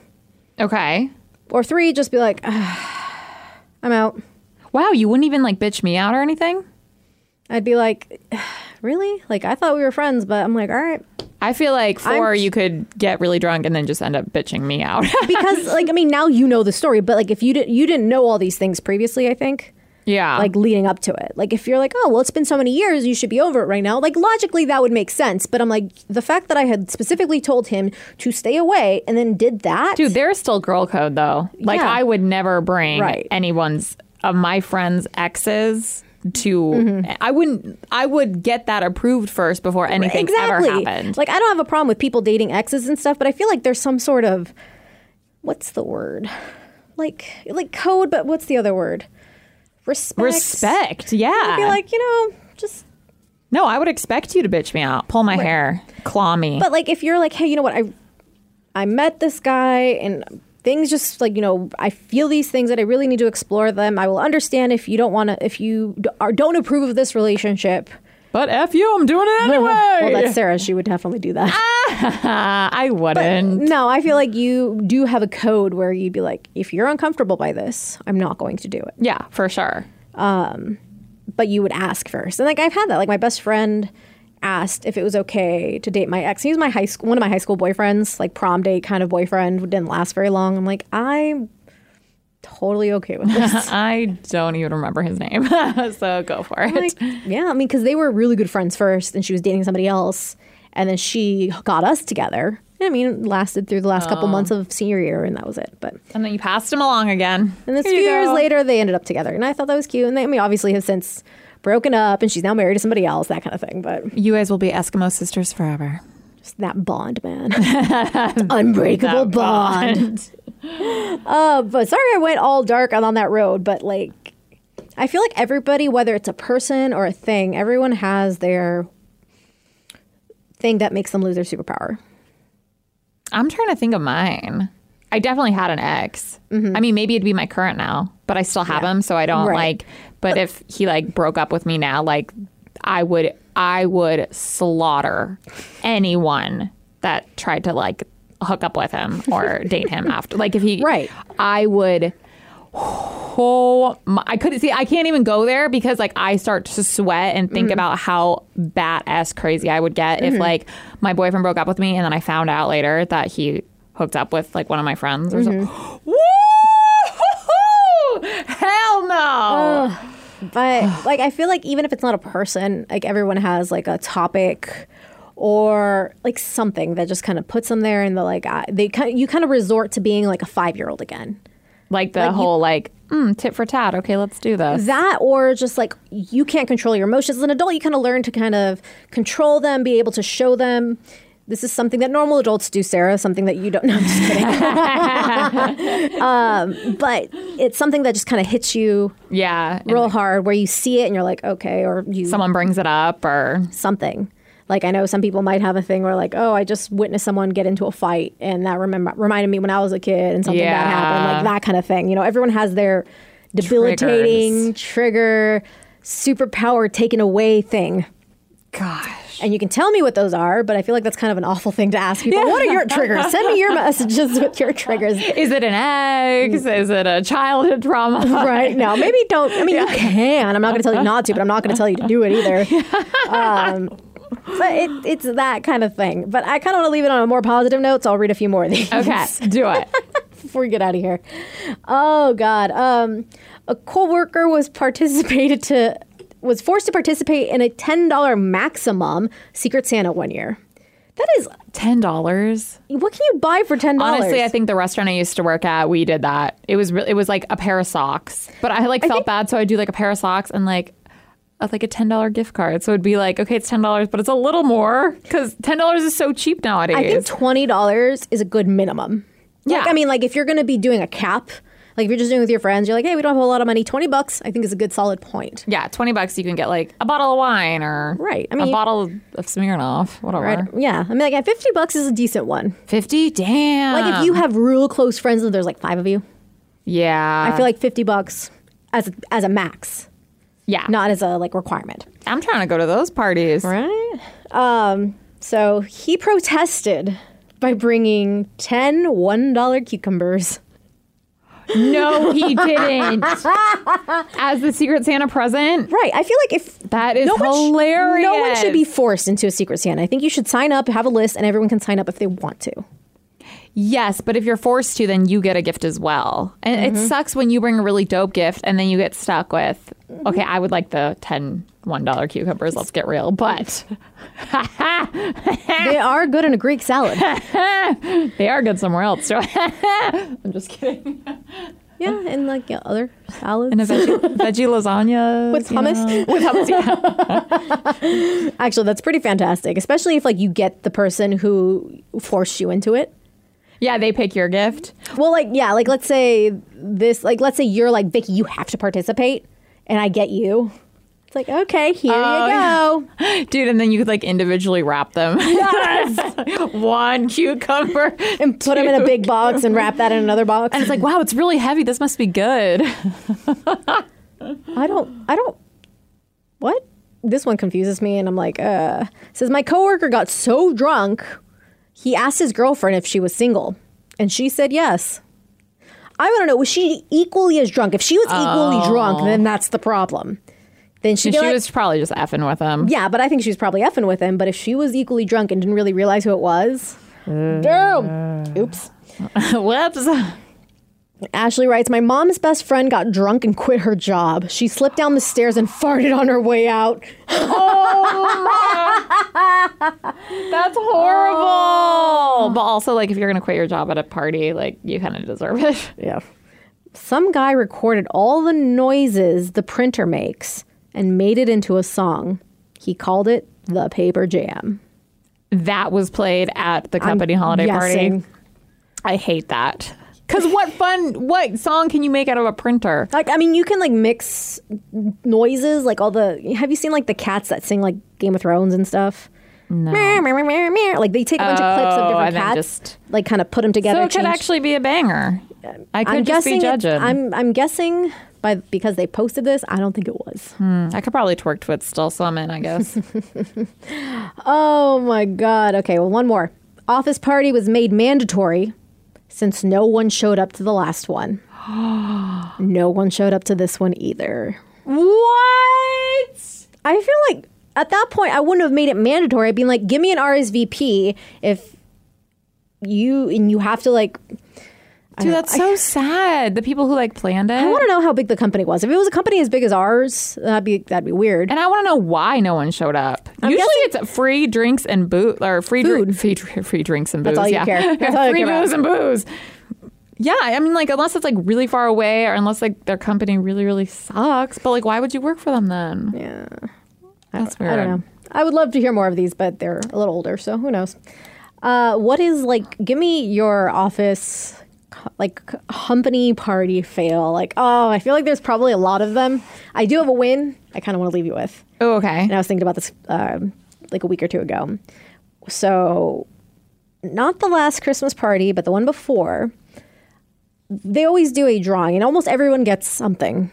Speaker 3: okay.
Speaker 2: Or three, just be like, "Ah, I'm out.
Speaker 3: Wow, you wouldn't even like bitch me out or anything?
Speaker 2: I'd be like, "Ah, really? Like I thought we were friends, but I'm like, all right.
Speaker 3: I feel like 4
Speaker 2: I'm-
Speaker 3: you could get really drunk and then just end up bitching me out. (laughs)
Speaker 2: Because like I mean, now you know the story, but like if you didn't, you didn't know all these things previously. I think
Speaker 3: yeah.
Speaker 2: like leading up to it. Like if you're like, oh well, it's been so many years, you should be over it right now. Like logically, that would make sense. But I'm like, the fact that I had specifically told him to stay away and then did that,
Speaker 3: Dude, there's still girl code though. Like
Speaker 2: Yeah.
Speaker 3: I would never bring
Speaker 2: Right.
Speaker 3: anyone's of my friends' exes to
Speaker 2: Mm-hmm.
Speaker 3: I wouldn't I would get that approved first before anything ever happened.
Speaker 2: Like I don't have a problem with people dating exes and stuff, but I feel like there's some sort of what's the word? Like like code, but what's the other word? Respect.
Speaker 3: Respect, yeah.
Speaker 2: I feel like, you know, just
Speaker 3: no, I would expect you to bitch me out, pull my hair, claw me.
Speaker 2: but like if you're like, hey, you know what, I I met this guy and things just like you know i feel these things that i really need to explore them i will understand if you don't want to if you d- are, don't approve of this relationship
Speaker 3: But f you, I'm doing it anyway.
Speaker 2: (laughs) well that's sarah she would definitely do that
Speaker 3: Uh, I wouldn't.
Speaker 2: No, I feel like you do have a code where you'd be like, if you're uncomfortable by this, I'm not going to do it.
Speaker 3: yeah, for sure.
Speaker 2: But you would ask first. And like I've had that. Like my best friend asked if it was okay to date my ex. He was my high school one of my high school boyfriends, like prom date kind of boyfriend, who didn't last very long. I'm like, I'm totally okay with
Speaker 3: (laughs)
Speaker 2: this.
Speaker 3: (laughs) I don't even remember his name. (laughs) so go for it.
Speaker 2: like, yeah, I mean, because they were really good friends first, and she was dating somebody else, and then she got us together. I mean, it lasted through the last couple months of senior year, and that was it. But
Speaker 3: and then you passed him along again.
Speaker 2: And then a
Speaker 3: Here
Speaker 2: few
Speaker 3: you
Speaker 2: years
Speaker 3: go.
Speaker 2: later, they ended up together, and I thought that was cute. And they, I mean, obviously, have since broken up, and she's now married to somebody else, that kind of thing. But
Speaker 3: You guys will be Eskimo sisters (laughs) forever.
Speaker 2: just that bond, man,
Speaker 3: (laughs)
Speaker 2: It's unbreakable bond. Uh, but sorry, I went all dark on, on that road. But like, I feel like everybody, whether it's a person or a thing, everyone has their thing that makes them lose their superpower.
Speaker 3: I'm trying to think of mine. I definitely had an ex. I mean, maybe it'd be my current now, but I still have him, so I don't
Speaker 2: Right.
Speaker 3: like. But if he like broke up with me now, like I would, I would slaughter anyone that tried to like hook up with him or date him after. Like if (laughs) he,
Speaker 2: Right.
Speaker 3: I would. Oh, my, I couldn't see. I can't even go there because like I start to sweat and think about how bat ass crazy I would get if like my boyfriend broke up with me and then I found out later that he hooked up with like one of my friends or something. (gasps) Woo! Hell no!
Speaker 2: But like, I feel like even if it's not a person, like everyone has like a topic or like something that just kind of puts them there, and the like I, they kind you kind of resort to being like a five year old again.
Speaker 3: like the whole like mm, tit for tat. Okay, let's do this.
Speaker 2: That or just like you can't control your emotions as an adult. You kind of learn to kind of control them, be able to show them. This is something that normal adults do, Sarah. Something that you don't. (laughs) No, I'm just kidding. um, but it's something that just kind of hits you
Speaker 3: Yeah, and
Speaker 2: real hard, where you see it and you're like, okay, or you
Speaker 3: someone brings it up or
Speaker 2: something. Like I know some people might have a thing where like, oh, I just witnessed someone get into a fight, and that remember reminded me when I was a kid, and something
Speaker 3: Yeah.
Speaker 2: bad happened, like that kind of thing. You know, everyone has their debilitating trigger, superpower taken away thing.
Speaker 3: gosh.
Speaker 2: And you can tell me what those are, but I feel like that's kind of an awful thing to ask people. What are your triggers? Send me your messages with your triggers.
Speaker 3: Is it an ex? Is it a childhood trauma?
Speaker 2: Right now, maybe don't. I mean, you can. I'm not going to tell you not to, but I'm not going to tell you to do it
Speaker 3: (laughs)
Speaker 2: either. Um, but it, it's that kind of thing. But I kind of want to leave it on a more positive note, so I'll read a few more of these
Speaker 3: Okay, do it.
Speaker 2: (laughs) before we get out of here. Oh God. Um, a coworker was participated to was forced to participate in a ten dollar maximum Secret Santa one year. That is
Speaker 3: Ten dollars.
Speaker 2: what can you buy for ten dollars?
Speaker 3: Honestly, I think the restaurant I used to work at, we did that. It was re- it was like a pair of socks, but I like felt
Speaker 2: think-
Speaker 3: bad, so I do like a pair of socks and like. Of like a ten dollar gift card, so it'd be like, okay, it's ten dollars, but it's a little more because ten dollars is so cheap nowadays.
Speaker 2: I think twenty dollars is a good minimum. Like,
Speaker 3: Yeah.
Speaker 2: I mean, like if you're going to be doing a cap, like if you're just doing it with your friends, you're like, hey, we don't have a lot of money. Twenty bucks, I think, is a good solid point.
Speaker 3: yeah, twenty bucks you can get like a bottle of wine or
Speaker 2: Right, I mean-
Speaker 3: a bottle of Smirnoff, whatever.
Speaker 2: Right? Yeah. I mean, like at fifty bucks is a decent one.
Speaker 3: Fifty, damn.
Speaker 2: Like if you have real close friends and there's like five of you,
Speaker 3: yeah,
Speaker 2: I feel like fifty bucks as a, as a max,
Speaker 3: yeah.
Speaker 2: not as a like requirement.
Speaker 3: I'm trying to go to those
Speaker 2: (laughs)
Speaker 3: parties.
Speaker 2: Right. Um. So he protested by bringing 10 $1 cucumbers.
Speaker 3: No, he
Speaker 2: (laughs)
Speaker 3: didn't. As the Secret Santa present,
Speaker 2: Right. I feel like if
Speaker 3: that is
Speaker 2: no one sh-
Speaker 3: hilarious.
Speaker 2: no one should be forced into a secret Santa. I think you should sign up, have a list, and everyone can sign up if they want to.
Speaker 3: Yes, but if you're forced to, then you get a gift as well. And it sucks when you bring a really dope gift and then you get stuck with, okay, I would like the 10 $1 cucumbers, let's get real. (laughs) But Ah.
Speaker 2: they are good in a Greek
Speaker 3: (laughs)
Speaker 2: salad.
Speaker 3: they are good somewhere else. So (laughs) I'm just kidding.
Speaker 2: Yeah, and like you know, other salads.
Speaker 3: And a veggie, veggie lasagna.
Speaker 2: with hummus.
Speaker 3: With hummus, yeah. (laughs)
Speaker 2: Actually, that's pretty fantastic, especially if like you get the person who forced you into it.
Speaker 3: yeah, they pick your gift.
Speaker 2: Well, like yeah, like let's say this, like let's say you're like Vicky, you have to participate, and I get you. It's like okay, here
Speaker 3: Oh,
Speaker 2: you go.
Speaker 3: Dude, and then you could like individually wrap them. (laughs) Yes! (laughs) One cucumber.
Speaker 2: And put them in a
Speaker 3: (laughs)
Speaker 2: big box and wrap that in another box.
Speaker 3: And it's like, wow, it's really heavy. This must be good.
Speaker 2: I don't. I don't. What? This one confuses me, and I'm like, uh. Says my coworker got so drunk, he asked his girlfriend if she was single, and she said yes. I want to know was she equally as drunk? If she was equally drunk, then that's the problem. Then she,
Speaker 3: And
Speaker 2: she
Speaker 3: Oh. she
Speaker 2: like,
Speaker 3: was probably just effing with (laughs) him.
Speaker 2: yeah, but I think she was probably effing with him. But if she was equally drunk and didn't really realize who it was,
Speaker 3: Mm.
Speaker 2: damn. Oops.
Speaker 3: Whoops.
Speaker 2: Ashley writes, My mom's best friend got drunk and quit her job. She slipped down the stairs and farted on her way out.
Speaker 3: That's horrible. But also, like, if you're going to quit your job at a party, like, you kind of deserve it. (laughs)
Speaker 2: Yeah. Some guy recorded all the noises the printer makes and made it into a song. He called it The Paper Jam.
Speaker 3: That was played at the company holiday
Speaker 2: Guessing.
Speaker 3: party. I hate that. Because what fun, what song can you make out of a printer?
Speaker 2: Like, I mean, you can like mix noises, like all the. Have you seen like the cats that sing like Game of Thrones and stuff? No. Like they take a bunch of clips of
Speaker 3: Oh,
Speaker 2: different
Speaker 3: and then
Speaker 2: cats,
Speaker 3: just-
Speaker 2: like kind of put them together.
Speaker 3: So it could
Speaker 2: change-
Speaker 3: actually be a banger. I could
Speaker 2: I'm
Speaker 3: just
Speaker 2: guessing.
Speaker 3: be
Speaker 2: it-
Speaker 3: judging.
Speaker 2: I'm I'm guessing by because they posted this. I don't think it was.
Speaker 3: Hmm, I could probably twerk to it still, so I'm in,
Speaker 2: (laughs)
Speaker 3: I guess.
Speaker 2: Oh my God. Okay, well, one more. Office party was made mandatory since no one showed up to the last
Speaker 3: (gasps)
Speaker 2: one. no one showed up to this one either.
Speaker 3: what?
Speaker 2: I feel like at that point, I wouldn't have made it mandatory. I'd been like, give me an RSVP if you and you have to like.
Speaker 3: Dude, that's so sad. The people who like planned it.
Speaker 2: I want to know how big the company was. If it was a company as big as ours, that'd be that'd be weird.
Speaker 3: and I want to know why no one showed up. Usually it's free drinks and booze, or free
Speaker 2: Food.
Speaker 3: food, free, dr- free drinks and booze.
Speaker 2: all you
Speaker 3: yeah,
Speaker 2: care. That's
Speaker 3: Yeah, (laughs)
Speaker 2: all you
Speaker 3: free
Speaker 2: care about.
Speaker 3: booze and booze. Yeah, I mean, like unless it's like really far away, or unless like their company really, really sucks. But like, why would you work for them then? Yeah, that's weird.
Speaker 2: I don't know. I would love to hear more of these, but they're a little older, so who knows? Uh, what is like? Give me your office, co- like c- company party fail. Like, oh, I feel like there's probably a lot of them. I do have a win. I kind of want to leave you with.
Speaker 3: Oh, okay.
Speaker 2: And I was thinking about this um, like a week or two ago. So, not the last Christmas party, but the one before, they always do a drawing, and almost everyone gets something.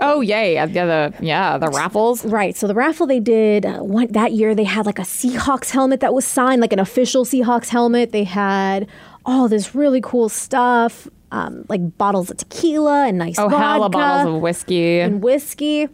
Speaker 3: Oh yay! Yeah, the yeah the raffles.
Speaker 2: Right. So the raffle they did uh, one, that year, they had like a Seahawks helmet that was signed, like an official Seahawks helmet. They had all this really cool stuff, um, like bottles of tequila and nice
Speaker 3: Oh
Speaker 2: vodka
Speaker 3: hella bottles of whiskey.
Speaker 2: and whiskey.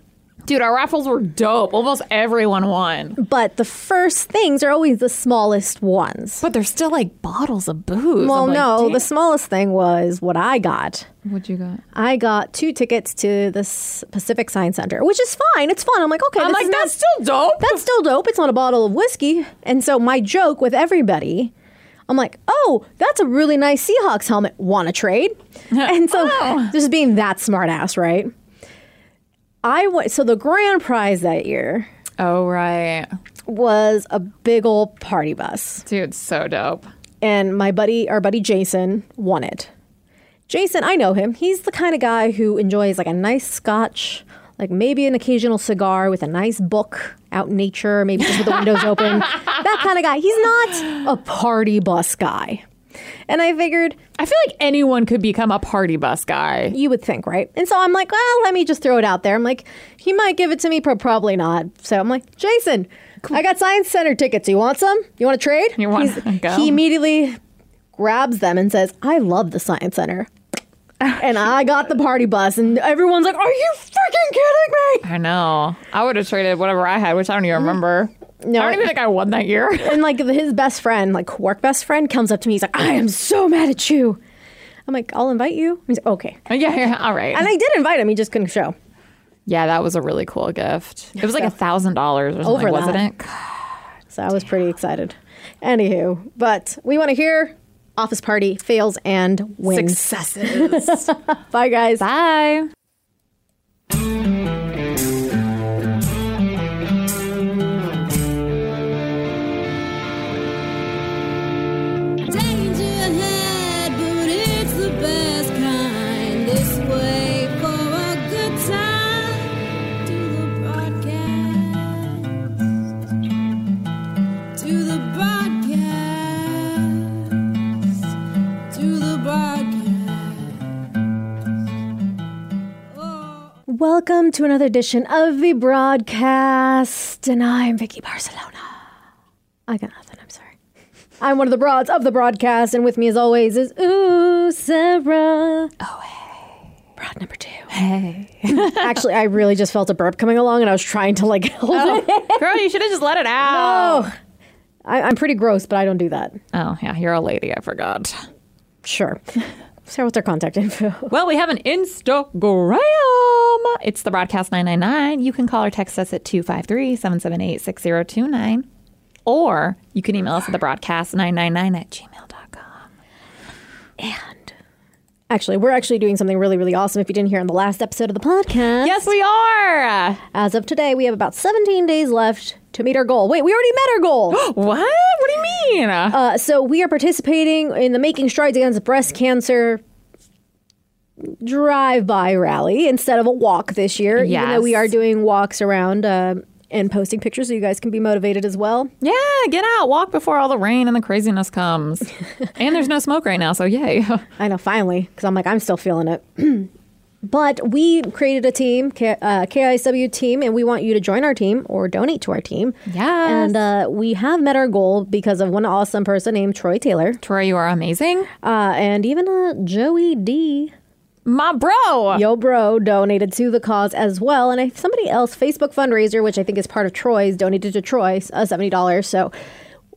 Speaker 3: Dude, our raffles were dope. Almost everyone won.
Speaker 2: But the first things are always the smallest ones.
Speaker 3: But they're still like bottles of booze.
Speaker 2: Well,
Speaker 3: I'm like,
Speaker 2: no,
Speaker 3: "Damn."
Speaker 2: the smallest thing was what I got.
Speaker 3: What you got?
Speaker 2: I got two tickets to the S- Pacific Science Center, which is fine. It's fun. I'm like, okay,
Speaker 3: I'm
Speaker 2: this
Speaker 3: like
Speaker 2: is not-
Speaker 3: that's still dope.
Speaker 2: that's still dope. It's not a bottle of whiskey. And so my joke with everybody, I'm like, oh, that's a really nice Seahawks helmet. Want to trade? and so just being that smart ass, right? I went, so the grand prize that year
Speaker 3: oh right,
Speaker 2: was a big old party bus.
Speaker 3: dude, so dope.
Speaker 2: And my buddy, our buddy Jason, won it. Jason, I know him. He's the kind of guy who enjoys like a nice scotch, like maybe an occasional cigar with a nice book out in nature, maybe just with the windows open. That kind of guy. He's not a party bus guy. And I figured
Speaker 3: I feel like anyone could become a party bus guy.
Speaker 2: you would think, right? And so I'm like, well, let me just throw it out there. I'm like, he might give it to me, but probably not. So I'm like, Jason, I got Science Center tickets. You want some? You want to trade?
Speaker 3: You want-
Speaker 2: He's-
Speaker 3: go.
Speaker 2: He immediately grabs them and says, I love the Science Center. and I got the party bus, and everyone's like, Are you freaking kidding me?
Speaker 3: I know. I would have traded whatever I had, which I don't even remember.
Speaker 2: No,
Speaker 3: I don't even think I won that (laughs) year.
Speaker 2: And like his best friend, like work best friend, comes up to me. He's like, I am so mad at you. I'm like, I'll invite you. He's like, okay.
Speaker 3: yeah, yeah, all right.
Speaker 2: And I did invite him, he just couldn't show.
Speaker 3: yeah, that was a really cool gift. It was like
Speaker 2: so-
Speaker 3: a thousand dollars or something,
Speaker 2: Over
Speaker 3: wasn't
Speaker 2: that.
Speaker 3: (laughs) it?
Speaker 2: So I was pretty excited. Anywho, but we want to hear Office Party fails and wins.
Speaker 3: Successes.
Speaker 2: Bye, guys.
Speaker 3: Bye.
Speaker 1: Danger ahead, but it's the best kind. This way for a good time. To the broadcast. To the broadcast. To the broadcast. Oh.
Speaker 2: Welcome to another edition of the broadcast, and I'm Vicky Barcelona. I got nothing. I'm sorry. I'm one of the broads of the broadcast, and with me, as always, is Ooh Sarah. Oh hey, broad number two.
Speaker 3: Hey.
Speaker 2: (laughs) Actually, I really just felt a burp coming along, and I was trying to like (laughs) hold it.
Speaker 3: Girl, you should have just let it out.
Speaker 2: Oh, I, I'm pretty gross, but I don't do that.
Speaker 3: Oh, yeah, you're a lady. I forgot.
Speaker 2: Sure. (laughs) Sarah, what's our contact info?
Speaker 3: Well, we have an Instagram. It's the broadcast 999. You can call or text us at 253 778 6029. Or you can email us at the broadcast 999 at gmail.com.
Speaker 2: And actually, we're actually doing something really, really awesome. If you didn't hear in the last episode of the podcast,
Speaker 3: Yes, we are.
Speaker 2: as of today, we have about 17 days left to meet our goal. Wait, we already met our goal.
Speaker 3: (gasps) What? What do you mean?
Speaker 2: uh, so we are participating in the Making Strides Against Breast Cancer drive-by rally instead of a walk this year. Even though we
Speaker 3: Yes.
Speaker 2: are doing walks around uh, and posting pictures, so you guys can be motivated as well.
Speaker 3: yeah, get out. Walk before all the rain and the
Speaker 2: (laughs)
Speaker 3: craziness comes. and there's no smoke right now, so yay. (laughs)
Speaker 2: I know, finally, because I'm like, I'm still feeling it. (clears throat) but we created a team, K- uh, KISW team, and we want you to join our team or donate to our team.
Speaker 3: Yes.
Speaker 2: And uh, we have met our goal because of one awesome person named Troy Taylor
Speaker 3: Troy, you are amazing.
Speaker 2: uh, and even uh, Joey D.
Speaker 3: My bro.
Speaker 2: Yo Bro donated to the cause as well. And I, somebody else, Facebook fundraiser, which I think is part of Troy's, donated to Troy uh, $70. So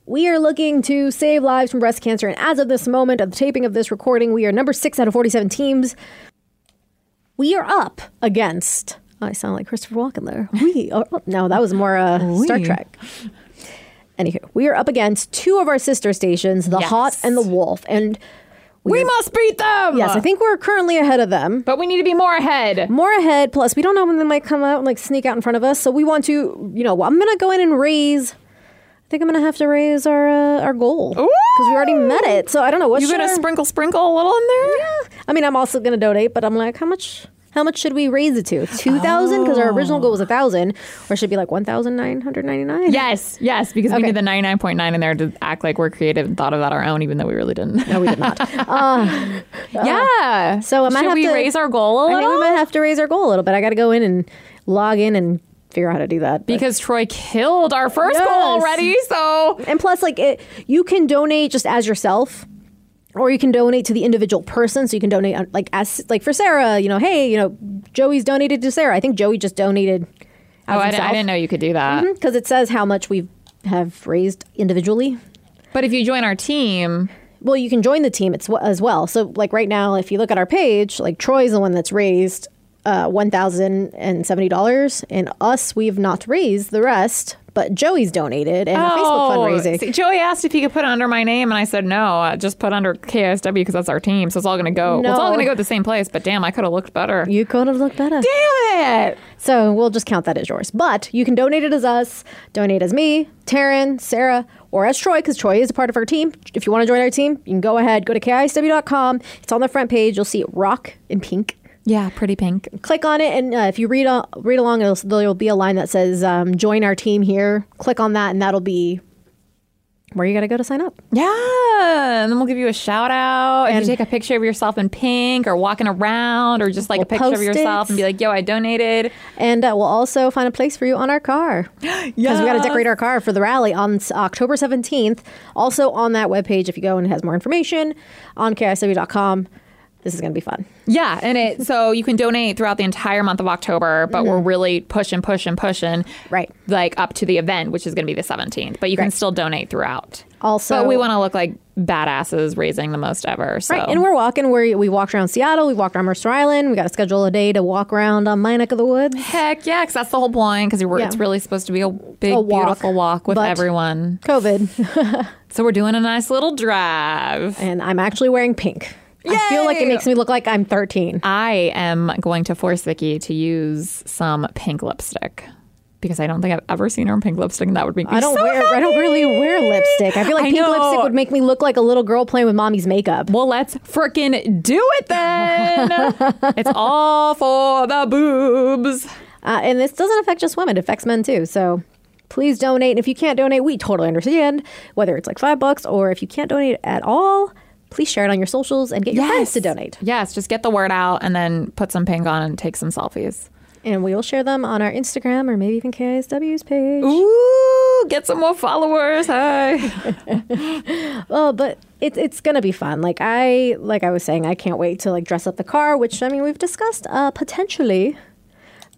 Speaker 2: we are looking to save lives from breast cancer. And as of this moment of the taping of this recording, we are number six out of 47 teams. We are up against. I sound like Christopher Walken there. We are up. No, that was more uh, Star
Speaker 3: We.
Speaker 2: Trek. Anywho, we are up against two of our sister stations, The
Speaker 3: Yes.
Speaker 2: Hot and The Wolf. And
Speaker 3: We must beat them.
Speaker 2: yes, I think we're currently ahead of them
Speaker 3: But we need to be more ahead.
Speaker 2: more ahead. Plus, we don't know when they might come out and like sneak out in front of us. So we want to, you know, I'm gonna go in and raise. I think I'm gonna have to raise our uh, our goal because we already met it. So I don't know what
Speaker 3: You
Speaker 2: should
Speaker 3: gonna
Speaker 2: I-
Speaker 3: sprinkle, sprinkle a little in there?
Speaker 2: I mean, I'm also gonna donate, but I'm like, how much? how much should we raise it to? 2,000? Because our original
Speaker 3: Oh.
Speaker 2: goal was 1,000, or should it be like 1,999? (laughs)
Speaker 3: Yes, yes, because we
Speaker 2: Okay.
Speaker 3: need the 99.9 in there to act like we're creative and thought about our own, even though we
Speaker 2: (laughs)
Speaker 3: really didn't. No, we did (laughs) not. yeah.
Speaker 2: Uh, So I might
Speaker 3: Should
Speaker 2: have
Speaker 3: we
Speaker 2: to-
Speaker 3: raise our goal a
Speaker 2: I
Speaker 3: little?
Speaker 2: think we might have to raise our goal a little bit. I got to go in and log in and figure out how to do that. but-
Speaker 3: because Troy killed our first
Speaker 2: Yes.
Speaker 3: goal already, so
Speaker 2: and plus, like, it, you can donate just as yourself. Or you can donate to the individual person, so you can donate uh, like as like for Sarah, you know, hey, you know, Joey's donated to Sarah. I think Joey just donated.
Speaker 3: oh, I, didn't, I didn't know you could do that.
Speaker 2: because it says how much we have raised individually.
Speaker 3: But if you join our team,
Speaker 2: Well, you can join the team it's, as well. So, like right now, if you look at our page, like Troy's the one that's raised uh, one thousand and seventy dollars, and us we've not raised the rest, but Joey's donated and our Facebook fundraising.
Speaker 3: Oh, see, Joey asked if he could put it under my name, and I said no. Uh, just put under KSW because that's our team, so it's all going to go. Well, it's all
Speaker 2: No.
Speaker 3: going to go to the same place. But damn, I could have looked better.
Speaker 2: You could have looked better.
Speaker 3: damn it!
Speaker 2: So we'll just count that as yours. But you can donate it as us, donate as me, Taryn, Sarah, or as Troy, because Troy is a part of our team. If you want to join our team, you can go ahead, go to KISW.com. It's on the front page. You'll see rock in pink.
Speaker 3: Yeah, pretty pink.
Speaker 2: click on it and uh, if you read uh, read along it'll, there'll be a line that says um, join our team here click on that and that'll be where you gotta go to sign up
Speaker 3: Yeah, and then we'll give you a shout out. If you take a picture of yourself in pink, or walking around, or just like a
Speaker 2: Little
Speaker 3: picture of yourself,
Speaker 2: post-its.
Speaker 3: and be like, "Yo, I donated."
Speaker 2: and uh, we'll also find a place for you on our
Speaker 3: (gasps)
Speaker 2: car because we gotta decorate our car for the rally on s- october 17th also on that webpage if you go and it has more information on ksw.com this is gonna be fun
Speaker 3: Yeah, and it so you can donate throughout the entire month of October, but
Speaker 2: Mm-hmm.
Speaker 3: we're really pushing, pushing, pushing,
Speaker 2: Right.
Speaker 3: Like up to the event, which is going to be the seventeenth, but you can still donate throughout.
Speaker 2: Also-
Speaker 3: but we want to look like badasses raising the most ever. So.
Speaker 2: Right, and we're walking. We we walked around Seattle. We walked around Mercer Island. We got to schedule a day to walk around on my neck of the woods.
Speaker 3: Heck yeah, because that's the whole point. Because
Speaker 2: Yeah.
Speaker 3: it's really supposed to be a big,
Speaker 2: A walk,
Speaker 3: beautiful walk with
Speaker 2: but-
Speaker 3: everyone.
Speaker 2: COVID,
Speaker 3: (laughs) So we're doing a nice little drive.
Speaker 2: and I'm actually wearing pink. I feel like it
Speaker 3: Yay!
Speaker 2: makes me look like I'm 13.
Speaker 3: I am going to force Vicky to use some pink lipstick because I don't think I've ever seen her in pink lipstick, and that would make me
Speaker 2: I don't
Speaker 3: so
Speaker 2: wear. I don't
Speaker 3: happy.
Speaker 2: really wear lipstick. I feel like
Speaker 3: I
Speaker 2: pink
Speaker 3: know.
Speaker 2: lipstick would make me look like a little girl playing with mommy's makeup.
Speaker 3: Well, let's frickin' do it (laughs) then. it's all for the boobs.
Speaker 2: Uh, and this doesn't affect just women; it affects men too. So please donate. And if you can't donate, we totally understand. Whether it's like five bucks or if you can't donate at all, please share it on your socials and get your friends to donate.
Speaker 3: Yes, just get the word out and then put some pink on and take some selfies.
Speaker 2: And we will share them on our Instagram or maybe even KSW's page.
Speaker 3: Ooh, get some more followers. Hey.
Speaker 2: Oh, but it's it's gonna be fun. Like I like I was saying, I can't wait to like dress up the car. Which I mean, we've discussed uh, potentially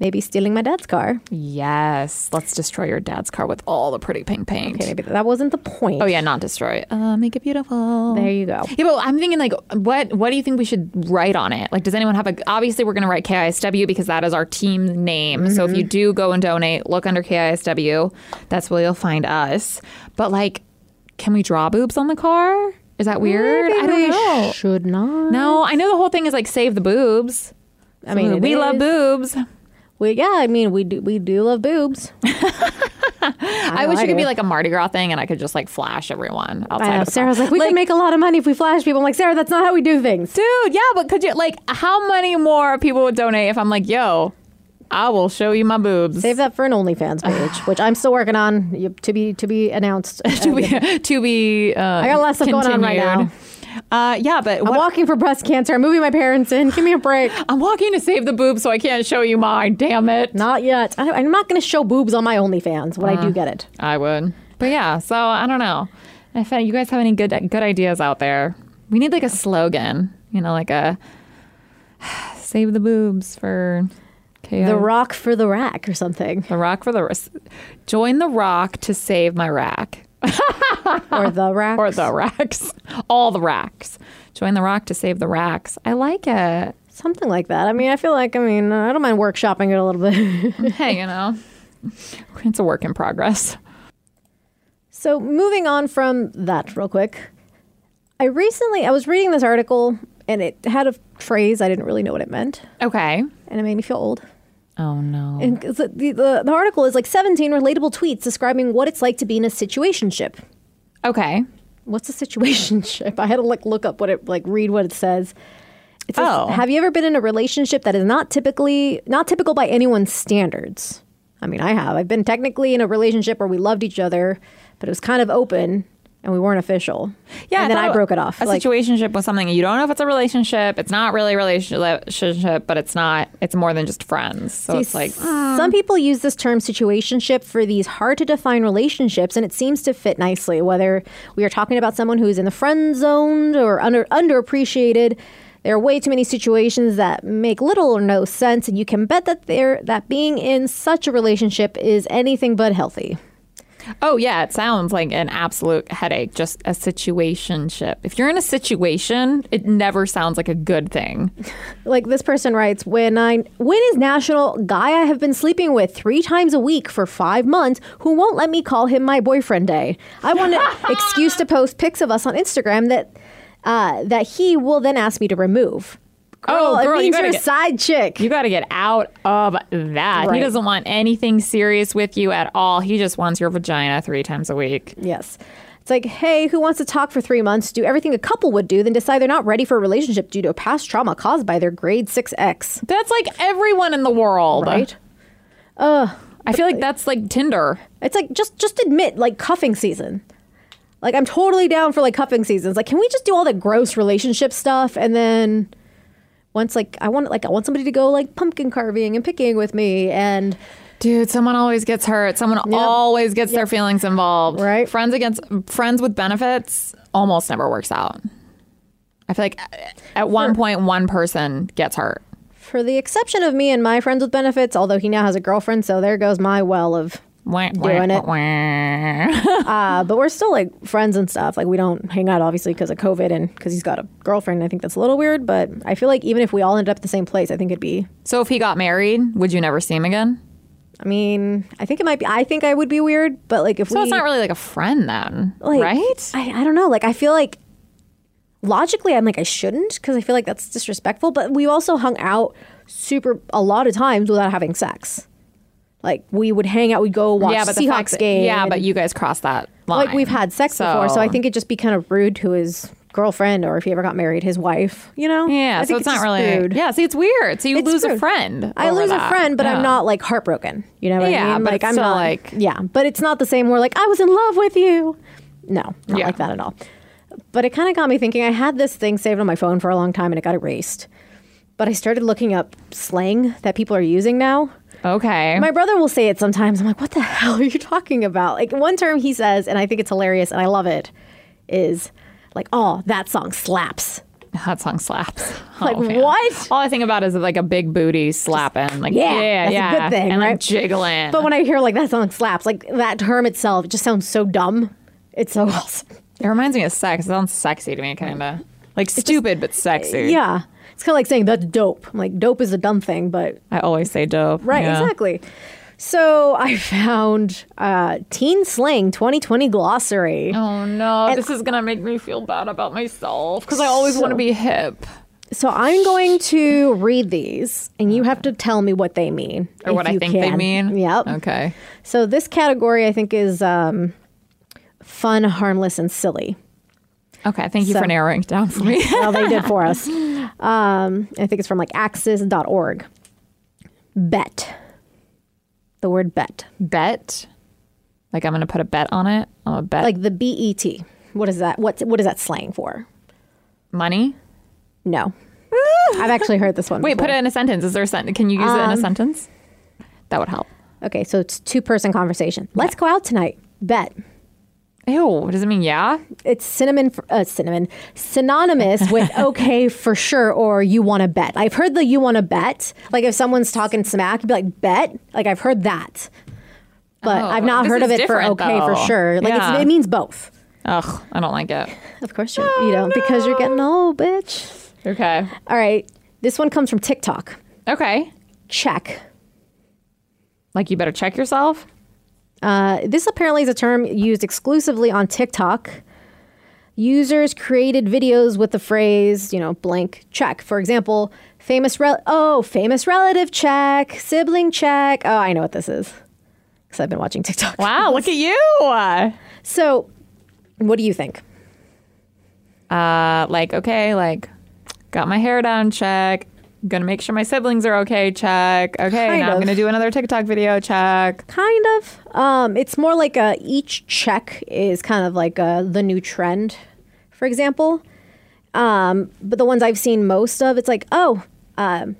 Speaker 2: maybe stealing my dad's car.
Speaker 3: Yes, let's destroy your dad's car with all the pretty pink paint.
Speaker 2: Okay, maybe that wasn't the point.
Speaker 3: Oh yeah, not destroy it. Uh, make it beautiful.
Speaker 2: There you go.
Speaker 3: Yeah, but I'm thinking like, what what do you think we should write on it? Like, does anyone have a? Obviously, we're gonna write KISW because that is our team name. So if you do go and donate, look under KISW. That's where you'll find us. But like, can we draw boobs on the car? Is that weird? I don't know.
Speaker 2: Oh, Should not.
Speaker 3: no, I know the whole thing is like save the boobs.
Speaker 2: I mean, it
Speaker 3: we love
Speaker 2: is-
Speaker 3: boobs.
Speaker 2: We, yeah, I mean, we do we do love boobs.
Speaker 3: (laughs) I, wish
Speaker 2: I
Speaker 3: it could
Speaker 2: do.
Speaker 3: be like a Mardi Gras thing, and I could just like flash everyone outside.
Speaker 2: I know.
Speaker 3: of the car.
Speaker 2: Sarah was like, we could make a lot of money if we flash people. I'm like, Sarah, that's not how we do things.
Speaker 3: dude yeah but could you like how many more people would donate if i'm like yo i will show you my boobs
Speaker 2: Save that for an OnlyFans
Speaker 3: (sighs)
Speaker 2: page, which I'm still working on you- to be to be announced.
Speaker 3: (laughs) (laughs) to be to be uh, i
Speaker 2: got a lot of stuff going on right
Speaker 3: uh yeah but
Speaker 2: I'm
Speaker 3: what,
Speaker 2: walking for breast cancer. I'm moving my parents in. Give me a
Speaker 3: (laughs)
Speaker 2: break.
Speaker 3: i'm walking to save the boobs so i can't show you mine damn it
Speaker 2: Not yet. I, I'm not going to show boobs on my OnlyFans when I
Speaker 3: Uh,
Speaker 2: do get it.
Speaker 3: i would but yeah so i don't know if uh, you guys have any good good ideas out there we need like a slogan you know like a (sighs) save the boobs for KI.
Speaker 2: The rock for the rack or
Speaker 3: (laughs)
Speaker 2: something,
Speaker 3: the rock for the ris- join the rock to save my rack
Speaker 2: or the rack. (laughs)
Speaker 3: or the racks, all the racks. Join the rock to save the racks. I like it.
Speaker 2: something like that. I mean, I feel like I mean, I don't mind workshopping it a little bit. (laughs)
Speaker 3: Hey, you know, it's a work in progress.
Speaker 2: So moving on from that real quick, I recently I was reading this article and it had a phrase I didn't really know what it meant,
Speaker 3: Okay.
Speaker 2: and it made me feel old.
Speaker 3: Oh no.
Speaker 2: And 'cause the, the, the article is like 17 relatable tweets describing what it's like to be in a situationship.
Speaker 3: okay.
Speaker 2: (laughs) What's a situationship? I had to like look up what it like read what it says. It says,
Speaker 3: Oh.
Speaker 2: Have you ever been in a relationship that is not typically not typical by anyone's standards? I mean, I have. I've been technically in a relationship where we loved each other, but it was kind of open and we weren't official. and then I
Speaker 3: thought
Speaker 2: broke it off.
Speaker 3: A
Speaker 2: Like,
Speaker 3: situationship was something you don't know if it's a relationship. It's not really a relationship, but it's not. It's more than just friends. So it's like "Ah."
Speaker 2: some people use this term situationship for these hard to define relationships, and it seems to fit nicely. Whether we are talking about someone who is in the friend zone or under underappreciated, there are way too many situations that make little or no sense, and you can bet that there that being in such a relationship is anything but healthy.
Speaker 3: Oh yeah, it sounds like an absolute headache. Just a situationship. If you're in a situation, it never sounds like a good thing.
Speaker 2: Like this person writes, when I when is national guy I have been sleeping with three times a week for five months who won't let me call him my boyfriend day. I want
Speaker 3: (laughs)
Speaker 2: an excuse to post pics of us on Instagram that uh, that he will then ask me to remove.
Speaker 3: Oh, girl,
Speaker 2: it
Speaker 3: you
Speaker 2: means
Speaker 3: gotta
Speaker 2: you're a
Speaker 3: get-
Speaker 2: side chick.
Speaker 3: You got to get out of that.
Speaker 2: Right.
Speaker 3: He doesn't want anything serious with you at all. He just wants your vagina three times a week.
Speaker 2: Yes. It's like, hey, who wants to talk for three months, do everything a couple would do, then decide they're not ready for a relationship due to a past trauma caused by their grade six ex,
Speaker 3: That's like everyone in the world.
Speaker 2: right?
Speaker 3: I feel like that's like Tinder.
Speaker 2: It's like just just admit like cuffing season. Like I'm totally down for like cuffing seasons. Like can we just do all the gross relationship stuff and then once like I want like I want somebody to go like pumpkin carving and picking with me and
Speaker 3: Dude, someone always gets hurt. Someone always gets their feelings involved.
Speaker 2: Right.
Speaker 3: Friends against friends with benefits almost never works out. I feel like at one point one person gets hurt.
Speaker 2: for the exception of me and my friends with benefits, although he now has a girlfriend, so there goes my well of
Speaker 3: Wah, wah,
Speaker 2: Doing it.
Speaker 3: wah, wah.
Speaker 2: uh, but we're still like friends and stuff. Like we don't hang out obviously because of COVID and because he's got a girlfriend. I think that's a little weird, but I feel like even if we all ended up at the same place, I think it'd be
Speaker 3: So if he got married, would you never see him again?
Speaker 2: I mean, I think it might be. I think I would be weird, but like if
Speaker 3: So
Speaker 2: we,
Speaker 3: it's not really like a friend then,
Speaker 2: like,
Speaker 3: right?
Speaker 2: I, I don't know. Like, I feel like logically, I'm like, I shouldn't because I feel like that's disrespectful. But we also hung out super a lot of times without having sex. Like, we would hang out, we'd go watch
Speaker 3: yeah, but the
Speaker 2: Seahawks
Speaker 3: fact,
Speaker 2: game.
Speaker 3: Yeah, but you guys crossed that line.
Speaker 2: like we've had sex before, so I think it'd just be kind of rude to his girlfriend or if he ever got married, his wife. You know? I
Speaker 3: Yeah, so
Speaker 2: think
Speaker 3: it's, not
Speaker 2: just
Speaker 3: really.
Speaker 2: rude.
Speaker 3: Yeah, see, it's weird. So you
Speaker 2: It's
Speaker 3: lose a
Speaker 2: rude.
Speaker 3: friend.
Speaker 2: I
Speaker 3: over
Speaker 2: lose a
Speaker 3: that.
Speaker 2: friend, but
Speaker 3: Yeah.
Speaker 2: I'm not like heartbroken. You know what I
Speaker 3: Yeah,
Speaker 2: mean?
Speaker 3: but
Speaker 2: Like
Speaker 3: it's
Speaker 2: I'm
Speaker 3: still,
Speaker 2: not
Speaker 3: like-
Speaker 2: yeah, but it's not the same. We're like I was in love with you. No, not
Speaker 3: Yeah.
Speaker 2: like that at all. But it kind of got me thinking. I had this thing saved on my phone for a long time, and it got erased. But I started looking up slang that people are using now.
Speaker 3: Okay.
Speaker 2: My brother will say it sometimes. I'm like, what the hell are you talking about? Like one term he says, and I think it's hilarious, and I love it, is like, oh, that song slaps.
Speaker 3: That song slaps. Oh,
Speaker 2: Like,
Speaker 3: man.
Speaker 2: what?
Speaker 3: All I think about is like a big booty slapping. Like
Speaker 2: Yeah,
Speaker 3: yeah, yeah,
Speaker 2: that's a good thing,
Speaker 3: and
Speaker 2: right?
Speaker 3: like jiggling.
Speaker 2: But when I hear like that song slaps, like that term itself, it just sounds so dumb. It's so (laughs) awesome.
Speaker 3: it reminds me of sex. It sounds sexy to me, kind of like stupid but sexy.
Speaker 2: Yeah. It's kind of like saying that's dope. I'm like, dope is a dumb thing, but
Speaker 3: I always say dope.
Speaker 2: right,
Speaker 3: Yeah.
Speaker 2: exactly. So I found uh, Teen Slang 2020 Glossary.
Speaker 3: Oh no, this is gonna make me feel bad about myself because I always want to be hip
Speaker 2: So I'm going to read these, and you have to tell me what they mean.
Speaker 3: or
Speaker 2: if
Speaker 3: what I
Speaker 2: you
Speaker 3: think they
Speaker 2: can.
Speaker 3: mean.
Speaker 2: Yep.
Speaker 3: Okay.
Speaker 2: So this category, I think, is um, fun, harmless, and silly.
Speaker 3: Okay. Thank you
Speaker 2: So-
Speaker 3: for narrowing it down
Speaker 2: (laughs)
Speaker 3: for me.
Speaker 2: well, they did for
Speaker 3: (laughs)
Speaker 2: us. Um, I think it's from like axis.org. Bet. The word bet.
Speaker 3: bet. Like I'm gonna put a bet on it. I'm a bet.
Speaker 2: Like the B E T. What is that? What's what is that slang for?
Speaker 3: money.
Speaker 2: No.
Speaker 3: (laughs)
Speaker 2: I've actually heard this one.
Speaker 3: Wait,
Speaker 2: before.
Speaker 3: put it in a sentence. Is there a sentence? Can you use
Speaker 2: Um,
Speaker 3: it in a sentence? That would help.
Speaker 2: Okay, so it's two person conversation. Let's go out tonight. Bet.
Speaker 3: Ew, does it mean yeah?
Speaker 2: It's cinnamon, for, uh, cinnamon,
Speaker 3: (laughs)
Speaker 2: synonymous with okay for sure or you want to bet. I've heard the you want to bet. Like if someone's talking smack, you'd be like bet. Like I've heard that, but
Speaker 3: Oh,
Speaker 2: I've not
Speaker 3: this
Speaker 2: heard of
Speaker 3: is
Speaker 2: it for
Speaker 3: different,
Speaker 2: okay for
Speaker 3: though.
Speaker 2: sure. Like
Speaker 3: Yeah.
Speaker 2: it's, it means both.
Speaker 3: Ugh, I don't
Speaker 2: (laughs)
Speaker 3: like it.
Speaker 2: Of course you're, you don't because
Speaker 3: Ah.
Speaker 2: you're getting old, bitch.
Speaker 3: Okay.
Speaker 2: All right, this one comes from TikTok.
Speaker 3: Okay.
Speaker 2: Check.
Speaker 3: Like you better check yourself.
Speaker 2: Uh, this apparently is a term used exclusively on TikTok. Users created videos with the phrase, you know, blank check. For example, famous rel- oh, famous relative check, sibling check. Oh, I know what this is because I've been watching TikTok.
Speaker 3: Wow, look at you. Uh,
Speaker 2: So, what do you think?
Speaker 3: like okay, like Got my hair down, check. Gonna make sure my siblings are okay, check. Okay,
Speaker 2: Kind
Speaker 3: now
Speaker 2: of.
Speaker 3: I'm gonna do another TikTok video, check.
Speaker 2: Kind of. Um, it's more like a, each check is kind of like uh the new trend, for example. Um, but the ones I've seen most of, it's like, oh, um,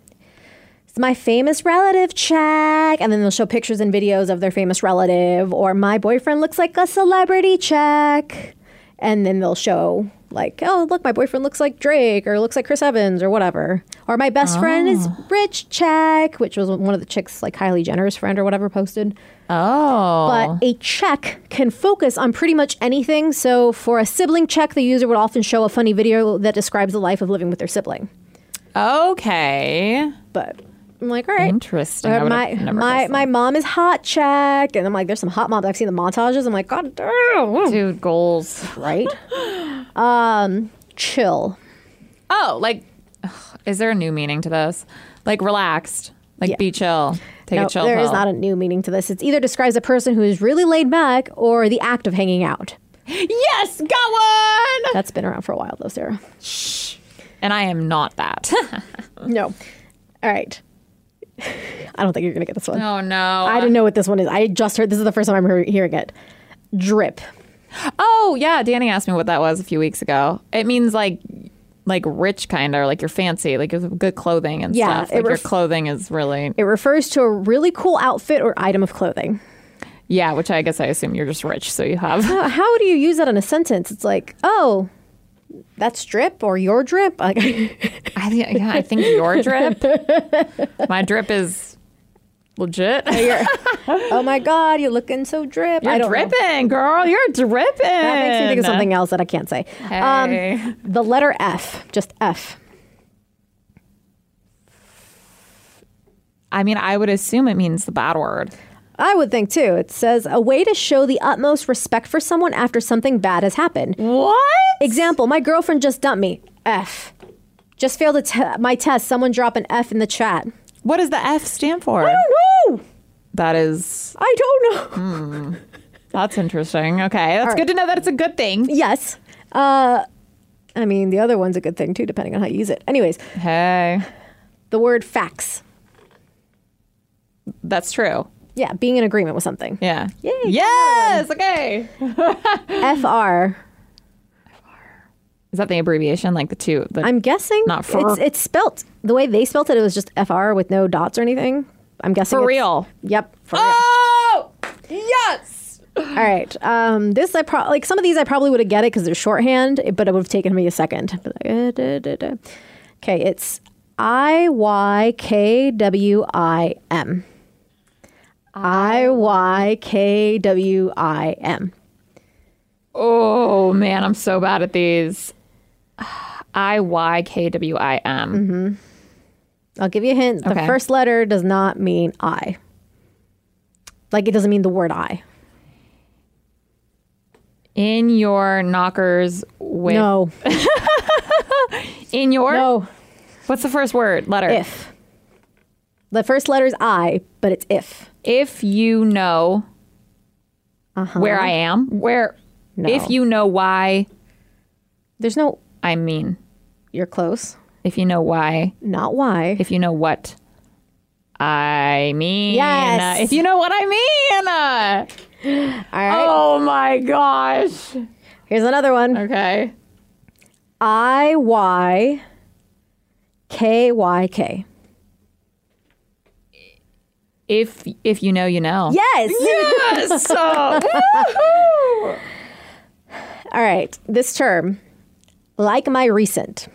Speaker 2: it's my famous relative check. And then they'll show pictures and videos of their famous relative, or my boyfriend looks like a celebrity check. And then they'll show, like, oh, look, my boyfriend looks like Drake, or looks like Chris Evans, or whatever. Or my best friend is rich check, which was one of the chicks, like Kylie Jenner's friend or whatever, posted
Speaker 3: Oh.
Speaker 2: but a check can focus on pretty much anything. So for a sibling check, the user would often show a funny video that describes the life of living with their sibling.
Speaker 3: okay.
Speaker 2: But I'm like, all right.
Speaker 3: Interesting. I
Speaker 2: Or
Speaker 3: would've
Speaker 2: my
Speaker 3: never
Speaker 2: my,
Speaker 3: guessed
Speaker 2: my mom is hot check, and I'm like, there's some hot moms. I've seen the montages. I'm like, god
Speaker 3: (laughs)
Speaker 2: damn,
Speaker 3: Dude, goals.
Speaker 2: right? um, chill.
Speaker 3: Oh, like, ugh, is there a new meaning to this? Like, relaxed. Like,
Speaker 2: Yeah.
Speaker 3: be chill. Take
Speaker 2: No,
Speaker 3: a chill
Speaker 2: there
Speaker 3: pill.
Speaker 2: is not a new meaning to this. It's either describes a person who is really laid back or the act of hanging out.
Speaker 3: yes, got one.
Speaker 2: That's been around for a while, though, Sarah.
Speaker 3: And I am not that. (laughs)
Speaker 2: No. All right. (laughs) I don't think you're gonna get this one.
Speaker 3: oh no.
Speaker 2: I don't know what this one is. I just heard this is the first time I'm hear- hearing it. Drip.
Speaker 3: Oh yeah, Danny asked me what that was a few weeks ago. It means like like rich kind of like you're fancy, like with good clothing and
Speaker 2: Yeah,
Speaker 3: stuff.
Speaker 2: it
Speaker 3: Like your
Speaker 2: ref-
Speaker 3: clothing is really
Speaker 2: It refers to a really cool outfit or item of clothing.
Speaker 3: yeah, which I guess I assume you're just rich, so you have.
Speaker 2: Uh, How do you use that in a sentence? It's like, oh, that's drip or your drip. (laughs) Like,
Speaker 3: I think yeah, I think your drip. (laughs) My drip is legit.
Speaker 2: you're- oh my god, you're looking so drip. I
Speaker 3: (laughs) You're
Speaker 2: don't know.
Speaker 3: dripping, girl. You're dripping.
Speaker 2: That makes me think of something else that I can't say. Um,
Speaker 3: Hey.
Speaker 2: the letter F, just F.
Speaker 3: I mean, I would assume it means the bad word.
Speaker 2: I would think too. It says a way to show the utmost respect for someone after something bad has happened.
Speaker 3: What?
Speaker 2: Example, my girlfriend just dumped me. F. Just failed a te- my test. Someone drop an F in the chat.
Speaker 3: What does the F stand for?
Speaker 2: No,
Speaker 3: That is
Speaker 2: I don't know.
Speaker 3: that's interesting. Okay. That's good to know that it's a good thing.
Speaker 2: Yes. Uh, I mean, the other one's a good thing too, depending on how you use it. Anyways,
Speaker 3: Hey,
Speaker 2: the word facts.
Speaker 3: that's true.
Speaker 2: Yeah, being in agreement with something.
Speaker 3: Yeah. Yes. Okay.
Speaker 2: FR.
Speaker 3: Is that the abbreviation? Like the two? The,
Speaker 2: I'm guessing.
Speaker 3: Not fur.
Speaker 2: It's, it's spelt the way they spelt it. It was just FR with no dots or anything. I'm guessing
Speaker 3: for
Speaker 2: it's-
Speaker 3: real.
Speaker 2: Yep. For real.
Speaker 3: Oh, yes.
Speaker 2: All right. Um, this I pro- like some of these I probably would have get it because they're shorthand, it- but it would have taken me a second. Be like, eh, da, da, da. Okay, it's I Y K W I M. I Y K W I M.
Speaker 3: Oh man, I'm so bad at these. I Y K W I
Speaker 2: Mm-hmm.
Speaker 3: M.
Speaker 2: I'll give you a hint. The
Speaker 3: Okay.
Speaker 2: first letter does not mean I. Like it doesn't mean the word I.
Speaker 3: In your knockers with
Speaker 2: No.
Speaker 3: in your
Speaker 2: No.
Speaker 3: what's the first word letter?
Speaker 2: If. The first letter is I, but it's if.
Speaker 3: If you know
Speaker 2: Uh-huh.
Speaker 3: where I am, where if you know why
Speaker 2: There's no.
Speaker 3: I mean,
Speaker 2: You're close.
Speaker 3: if you know why
Speaker 2: Not why.
Speaker 3: if you know what I mean.
Speaker 2: Yes.
Speaker 3: Uh, If you know what I mean. Uh,
Speaker 2: All right.
Speaker 3: oh my gosh.
Speaker 2: Here's another one.
Speaker 3: Okay.
Speaker 2: I Y K Y K.
Speaker 3: If if you know, you know.
Speaker 2: Yes.
Speaker 3: Yes. So,
Speaker 2: All right. This term, like my recent.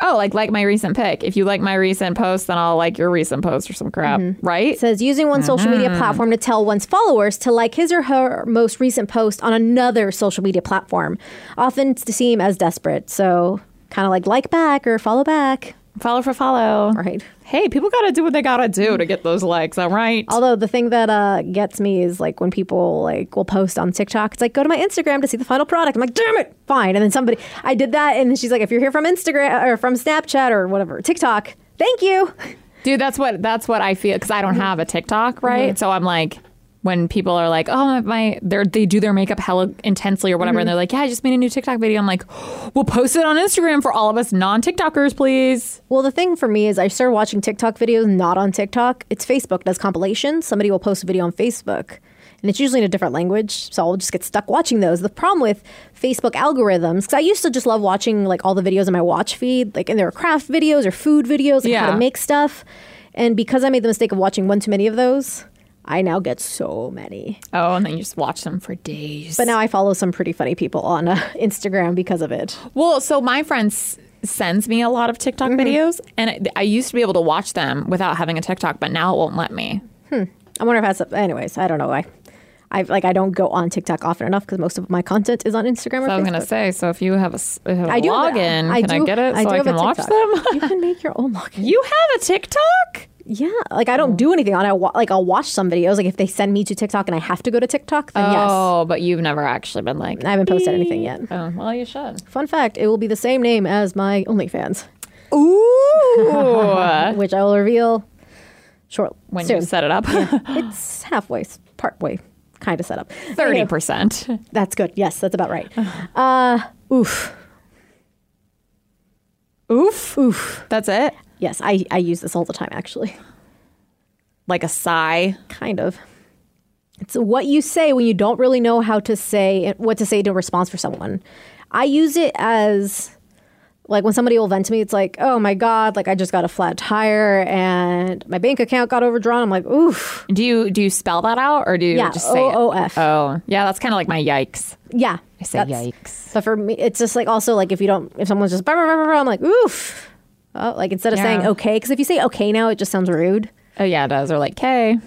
Speaker 3: (laughs) oh, like like my recent pick. If you like my recent post, then I'll like your recent post or some crap, right?
Speaker 2: says using one social media platform to tell one's followers to like his or her most recent post on another social media platform, often to seem as desperate. So kind of like like back or follow back,
Speaker 3: follow for follow.
Speaker 2: right?
Speaker 3: Hey, people gotta do what they gotta do to get those likes. All right.
Speaker 2: Although the thing that uh, gets me is like when people like will post on TikTok, it's like go to my Instagram to see the final product. I'm like, damn it, fine. And then somebody, I did that, and then she's like, if you're here from Instagram or from Snapchat or whatever TikTok, thank you.
Speaker 3: Mm-hmm. Dude, that's what that's what I feel because I don't have a TikTok, right? So I'm like, when people are like, "Oh my,", my they're, they do their makeup hella intensely or whatever, and they're like, "Yeah, I just made a new TikTok video." I'm like, "We'll post it on Instagram for all of us non TikTokers, please."
Speaker 2: Well, the thing for me is I started watching TikTok videos not on TikTok. It's Facebook does compilations. Somebody will post a video on Facebook. And it's usually in a different language, so I'll just get stuck watching those. The problem with Facebook algorithms, because I used to just love watching like all the videos in my watch feed, like and there were craft videos or food videos, like how
Speaker 3: Yeah.
Speaker 2: to make stuff. And because I made the mistake of watching one too many of those, I now get so many.
Speaker 3: Oh, and then you just watch them for days.
Speaker 2: But now I follow some pretty funny people on uh, Instagram because of it.
Speaker 3: Well, so my friend s- sends me a lot of TikTok videos, and I, I used to be able to watch them without having a TikTok, but now it won't let me.
Speaker 2: I wonder if that's anyways. I don't know why. I like I don't go on TikTok often enough because most of my content is on Instagram. Or
Speaker 3: I was
Speaker 2: Facebook.
Speaker 3: gonna say, so if you have a, s- if you have a login, can I
Speaker 2: do-
Speaker 3: get it so
Speaker 2: do
Speaker 3: I
Speaker 2: have a
Speaker 3: can watch
Speaker 2: TikTok.
Speaker 3: them? (laughs)
Speaker 2: you can make your own login.
Speaker 3: You have a TikTok?
Speaker 2: Yeah, like I don't do anything on. it. I wa- like I'll watch some videos. Like if they send me to TikTok and I have to go to TikTok, then
Speaker 3: Oh, but you've never actually been like.
Speaker 2: yes, I haven't posted anything yet.
Speaker 3: Oh, well, you should.
Speaker 2: Fun fact: it will be the same name as my OnlyFans,
Speaker 3: Ooh,
Speaker 2: which I will reveal short
Speaker 3: Uh. (laughs) when
Speaker 2: soon.
Speaker 3: you set it up,
Speaker 2: it's halfway, part way, kind of set up.
Speaker 3: (laughs) thirty
Speaker 2: Anyway,
Speaker 3: percent.
Speaker 2: That's good. Yes, that's about
Speaker 3: (laughs)
Speaker 2: right. Uh, oof.
Speaker 3: Oof, oof. That's it.
Speaker 2: Yes, I, I use this all the time, actually.
Speaker 3: Like a sigh.
Speaker 2: Kind of. It's what you say when you don't really know how to say what to say to a response for someone. I use it as like when somebody will vent to me, it's like, oh my God, like I just got a flat tire and my bank account got overdrawn. I'm like, oof.
Speaker 3: Do you do you spell that out or do you
Speaker 2: Yeah,
Speaker 3: just say it?
Speaker 2: OOF.
Speaker 3: Oh, yeah. That's kind of like my yikes.
Speaker 2: Yeah.
Speaker 3: I say
Speaker 2: that's-
Speaker 3: yikes.
Speaker 2: But for me, it's just like also like if you don't, if someone's just, "Bah, bah, bah, bah," I'm like, oof. Oh, like instead of
Speaker 3: Yeah.
Speaker 2: saying okay, because if you say okay now, it just sounds rude.
Speaker 3: Oh yeah, it does. Or like K.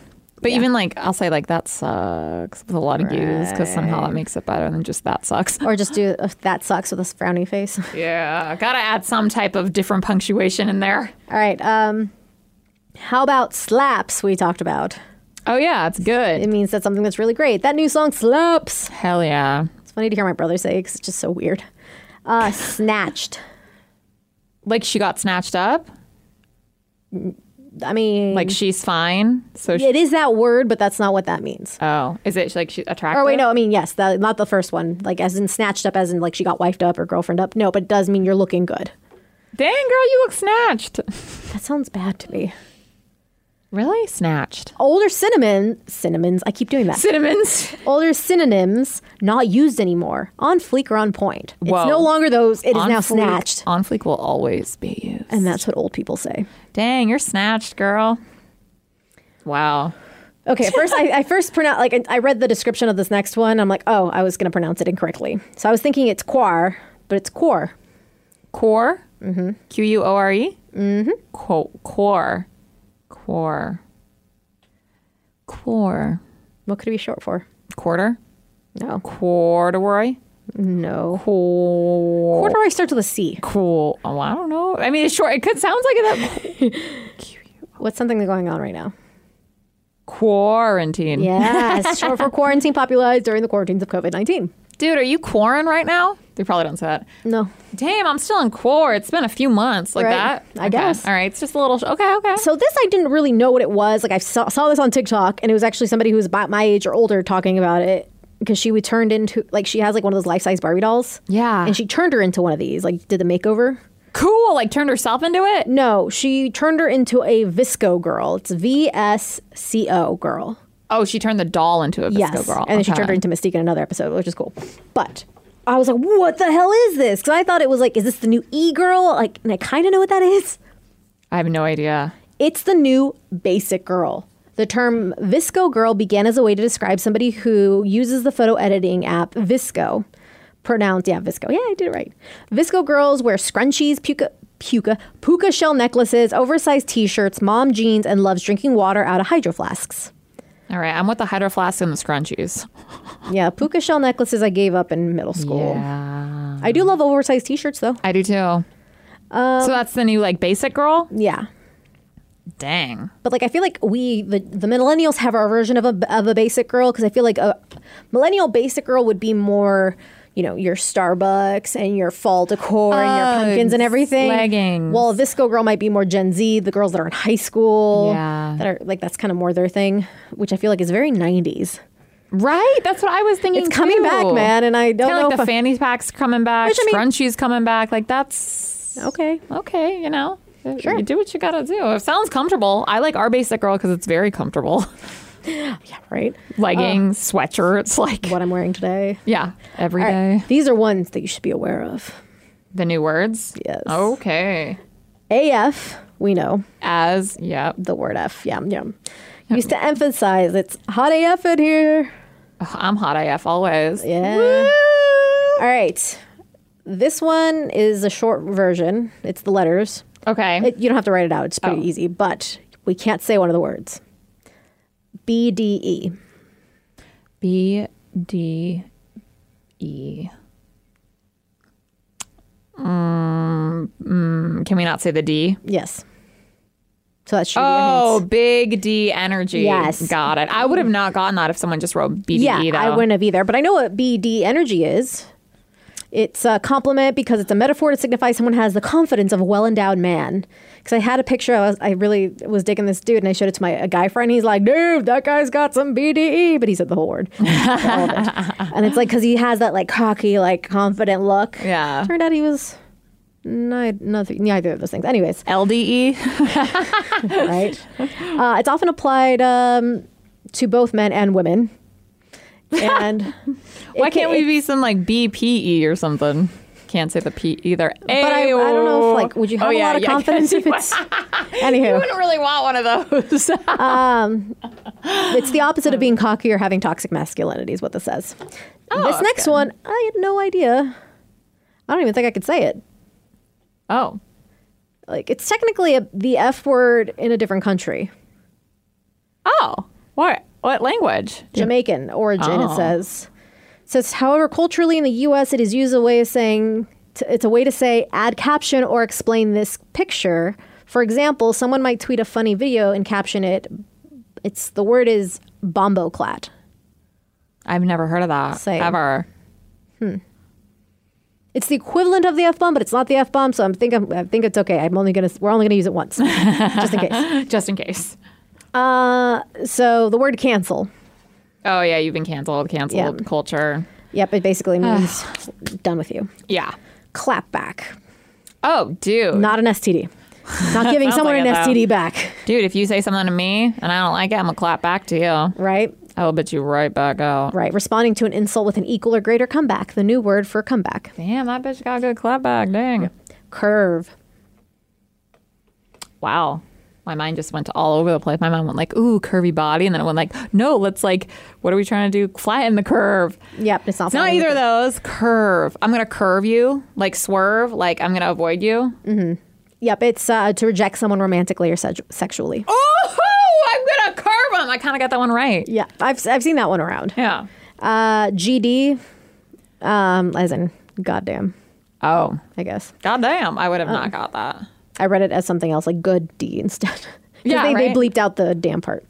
Speaker 3: But even like I'll say like that sucks with a lot of U's because somehow that makes it better than just that sucks.
Speaker 2: Or just do uh, that sucks with a frowny face.
Speaker 3: (laughs)
Speaker 2: (laughs)
Speaker 3: Yeah, gotta add some type of different punctuation in there.
Speaker 2: All right. Um, how about slaps? We talked about.
Speaker 3: Oh yeah, it's
Speaker 2: It
Speaker 3: good.
Speaker 2: means that's something that's really great. That new song slaps.
Speaker 3: Hell yeah.
Speaker 2: It's funny to hear my brother say because it's just so weird. Uh, snatched.
Speaker 3: Like she got snatched up.
Speaker 2: I mean,
Speaker 3: Like she's fine. So she,
Speaker 2: it is that word, but that's not what that means.
Speaker 3: oh, is it like she attractive?
Speaker 2: Or Oh, wait, no, I mean yes, that, not the first one. Like as in snatched up, as in like she got wifed up or girlfriend up. No, but it does mean you're looking good.
Speaker 3: Dang girl, you look snatched. (laughs)
Speaker 2: That sounds bad to me.
Speaker 3: Really snatched.
Speaker 2: Older cinnamon, cinnamons. I keep doing that.
Speaker 3: Cinnamons.
Speaker 2: Older synonyms not used anymore. On fleek or on point. It's
Speaker 3: Whoa.
Speaker 2: no longer those. It is now
Speaker 3: fleek-
Speaker 2: snatched.
Speaker 3: On fleek will always be used.
Speaker 2: And that's what old people say.
Speaker 3: Dang, you're snatched, girl. Wow.
Speaker 2: Okay, first I, I first pronounce like I- I read the description of this next one. I'm like, oh, I was gonna pronounce it incorrectly. So I was thinking it's quar, but it's core.
Speaker 3: Core. Mm-hmm. Q U O R E. Mm-hmm. Core. Core. Core.
Speaker 2: What could it be short for?
Speaker 3: Quarter.
Speaker 2: No,
Speaker 3: Corduroy.
Speaker 2: no.
Speaker 3: Core.
Speaker 2: Where do I start with a C?
Speaker 3: Cool. Oh, I don't know. I mean, it's short. It could sounds like that. (laughs)
Speaker 2: What's something that's going on right now?
Speaker 3: Quarantine.
Speaker 2: Yes, short for quarantine, popularized during the quarantines of COVID nineteen.
Speaker 3: Dude, are you quarant right now? They probably don't say that.
Speaker 2: No.
Speaker 3: Damn, I'm still in core. It's been a few months like
Speaker 2: Right.
Speaker 3: that.
Speaker 2: I guess.
Speaker 3: All right. It's just a little. Okay. Okay.
Speaker 2: So this I didn't really know what it was. Like I saw, saw this on TikTok, and it was actually somebody who was about my age or older talking about it because she was turned into like she has like one of those life size Barbie dolls.
Speaker 3: Yeah.
Speaker 2: and she turned her into one of these. Like did the makeover.
Speaker 3: cool. Like turned herself into it.
Speaker 2: No, she turned her into a Visco girl. It's V S C O girl.
Speaker 3: Oh, she turned the doll into a Visco
Speaker 2: Yes.
Speaker 3: girl.
Speaker 2: And then she
Speaker 3: Okay.
Speaker 2: turned her into Mystique in another episode, which is cool. But I was like, what the hell is this? Because I thought it was like, is this the new E girl? Like, and I kind of know what that is.
Speaker 3: I have no idea.
Speaker 2: It's the new basic girl. The term Visco girl began as a way to describe somebody who uses the photo editing app Visco. Pronounced, yeah, Visco. Yeah, I did it right. Visco girls wear scrunchies, puka, puka, puka shell necklaces, oversized t shirts, mom jeans, and loves drinking water out of hydro flasks.
Speaker 3: All right, I'm with the hydro flask and the scrunchies.
Speaker 2: Yeah, puka shell necklaces I gave up in middle school.
Speaker 3: Yeah,
Speaker 2: I do love oversized t shirts though.
Speaker 3: I do too.
Speaker 2: Um,
Speaker 3: so that's the new like basic girl.
Speaker 2: Yeah.
Speaker 3: Dang.
Speaker 2: But like, I feel like we the, the millennials have our version of a of a basic girl because I feel like a millennial basic girl would be more you know, your Starbucks and your fall decor and your pumpkins and
Speaker 3: Uggs,
Speaker 2: everything.
Speaker 3: leggings.
Speaker 2: Well, Visco girl might be more Gen Z, the girls that are in high school.
Speaker 3: Yeah.
Speaker 2: That are like that's kind of more their thing, which I feel like is very nineties.
Speaker 3: Right? That's what I was thinking.
Speaker 2: It's coming
Speaker 3: too.
Speaker 2: back, man, and I don't
Speaker 3: Kinda
Speaker 2: know
Speaker 3: like
Speaker 2: if
Speaker 3: the
Speaker 2: I-
Speaker 3: fanny packs coming back,
Speaker 2: Which, I mean-
Speaker 3: scrunchies coming back. Like that's
Speaker 2: Okay.
Speaker 3: okay, you know. Sure. You do what you gotta do. It sounds comfortable. I like our basic girl because it's very comfortable. (laughs)
Speaker 2: Right?
Speaker 3: Leggings, sweatshirts, (laughs) like
Speaker 2: Oh. What I'm wearing today.
Speaker 3: yeah, every
Speaker 2: All
Speaker 3: day.
Speaker 2: right. These are ones that you should be aware of.
Speaker 3: The new words.
Speaker 2: Yes.
Speaker 3: Okay.
Speaker 2: AF, we know.
Speaker 3: As yeah,
Speaker 2: the word F. Yum yum. Used to emphasize it's hot AF in here.
Speaker 3: Ugh, (sighs) I'm hot AF always.
Speaker 2: Yeah. All right. This one is a short version. It's the letters.
Speaker 3: Okay.
Speaker 2: It, you don't have to write it out. It's pretty
Speaker 3: Mm-hmm. Oh.
Speaker 2: easy. But we can't say one of the words. B D E.
Speaker 3: B D E. Mm, mm, can we not say the D?
Speaker 2: Yes. So that should
Speaker 3: Oh,
Speaker 2: be
Speaker 3: big D energy.
Speaker 2: Yes.
Speaker 3: Got it. I would have not gotten that if someone just wrote BDE,
Speaker 2: your
Speaker 3: though.
Speaker 2: hint. Yeah, I wouldn't have either. But I know what B D energy is. It's a compliment because it's a metaphor to signify someone has the confidence of a well-endowed man. Because I had a picture, I, was, I really was digging this dude, and I showed it to my a guy friend. He's like, "Dude, that guy's got some BDE," but he said the whole word, All of it. and it's like because he has that like cocky, like confident look.
Speaker 3: Yeah.
Speaker 2: Turned out he was neither, neither of those things. Anyways,
Speaker 3: LDE.
Speaker 2: right? Uh, it's often applied um, to both men and women. And
Speaker 3: Why
Speaker 2: it can-
Speaker 3: can't we be some like BPE or something? Can't say the P either.
Speaker 2: But I, I don't know if like would you have
Speaker 3: Oh,
Speaker 2: a
Speaker 3: yeah,
Speaker 2: lot of
Speaker 3: yeah, (laughs) I
Speaker 2: confidence
Speaker 3: guess
Speaker 2: if
Speaker 3: you-
Speaker 2: it's (laughs) anywho.
Speaker 3: I don't really want one of those. (laughs)
Speaker 2: It's the opposite of being cocky or having toxic masculinity is what this says. this next
Speaker 3: Oh, okay.
Speaker 2: one, I had no idea. I don't even think I could say it.
Speaker 3: oh.
Speaker 2: Like it's technically a, the F word in a different country,
Speaker 3: Oh. What? What language?
Speaker 2: Jamaican origin. It
Speaker 3: Oh.
Speaker 2: says. It says, however, culturally in the U.S., it is used as a way of saying t it's a way to say add caption or explain this picture. For example, someone might tweet a funny video and caption it. It's the word is bomboclat.
Speaker 3: I've never heard of that
Speaker 2: Same.
Speaker 3: ever.
Speaker 2: It's the equivalent of the f bomb, but it's not the f bomb. So I'm think I'm, I think it's okay. I'm only gonna we're only gonna use it once, just in case.
Speaker 3: (laughs)
Speaker 2: Uh,
Speaker 3: Just in case.
Speaker 2: So the word cancel.
Speaker 3: Oh yeah, you've been canceled. Canceled
Speaker 2: Yeah.
Speaker 3: culture.
Speaker 2: Yep, it basically means done with you.
Speaker 3: Yeah.
Speaker 2: Clap back,
Speaker 3: Oh, dude,
Speaker 2: not an STD.
Speaker 3: (laughs)
Speaker 2: Not giving someone
Speaker 3: like
Speaker 2: an
Speaker 3: it,
Speaker 2: STD
Speaker 3: though.
Speaker 2: back,
Speaker 3: dude. If you say something to me and I don't like it, I'm gonna clap back to you.
Speaker 2: right?
Speaker 3: I will bet you right back out.
Speaker 2: Right. Responding to an insult with an equal or greater comeback. The new word for comeback.
Speaker 3: Damn, that bitch got a good clap back. Dang.
Speaker 2: Curve.
Speaker 3: Wow. My mind just went all over the place. My mind went like, ooh, curvy body. And then it went like, no, let's like, what are we trying to do? Flatten the curve.
Speaker 2: Yep, it's not.
Speaker 3: It's not
Speaker 2: funny.
Speaker 3: either of those. Curve. I'm going to curve you, like swerve, like I'm going to avoid you.
Speaker 2: Yep, it's uh, to reject someone romantically or se- sexually.
Speaker 3: Oh, I'm going to curve them. I kind of got that one right.
Speaker 2: Yeah, I've I've seen that one around.
Speaker 3: Yeah.
Speaker 2: Uh, GD, um, as in goddamn,
Speaker 3: Oh,
Speaker 2: I guess.
Speaker 3: goddamn. I would have
Speaker 2: Uh,
Speaker 3: not got that.
Speaker 2: I read it as something else, like good D instead. (laughs) 'Cause
Speaker 3: Yeah,
Speaker 2: they,
Speaker 3: right.
Speaker 2: they bleeped out the damn part.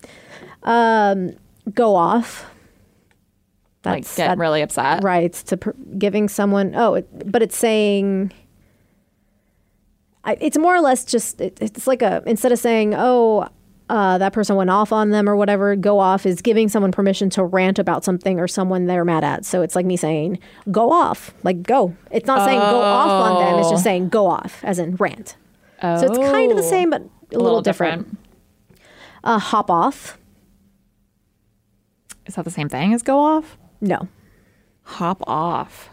Speaker 2: Um, go off.
Speaker 3: Like,
Speaker 2: That's
Speaker 3: get
Speaker 2: that-
Speaker 3: really upset.
Speaker 2: right it's to per- giving someone. Oh, it, but it's saying. I, it's more or less just it, it's like a instead of saying oh uh, that person went off on them or whatever go off is giving someone permission to rant about something or someone they're mad at so it's like me saying go off like go it's not saying go off on them it's just saying go off as in rant so it's kind of the
Speaker 3: Oh.
Speaker 2: same but a, little, different. Uh, hop off.
Speaker 3: Is that the same thing as go off?
Speaker 2: No.
Speaker 3: Hop off.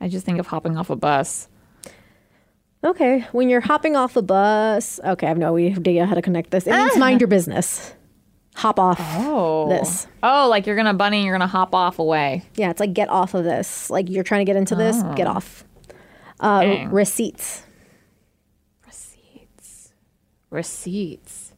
Speaker 3: I just think of hopping off a bus.
Speaker 2: Okay. When you're hopping off a bus. Okay, I have no idea how to connect this. It means
Speaker 3: (laughs)
Speaker 2: mind your business. Hop off.
Speaker 3: Oh.
Speaker 2: This.
Speaker 3: Oh, like you're going to bunny, you're going to hop off away.
Speaker 2: Yeah, it's like get off of this. Like you're trying to get into this, get off. Uh,
Speaker 3: Oh. Dang.
Speaker 2: receipts.
Speaker 3: Receipts.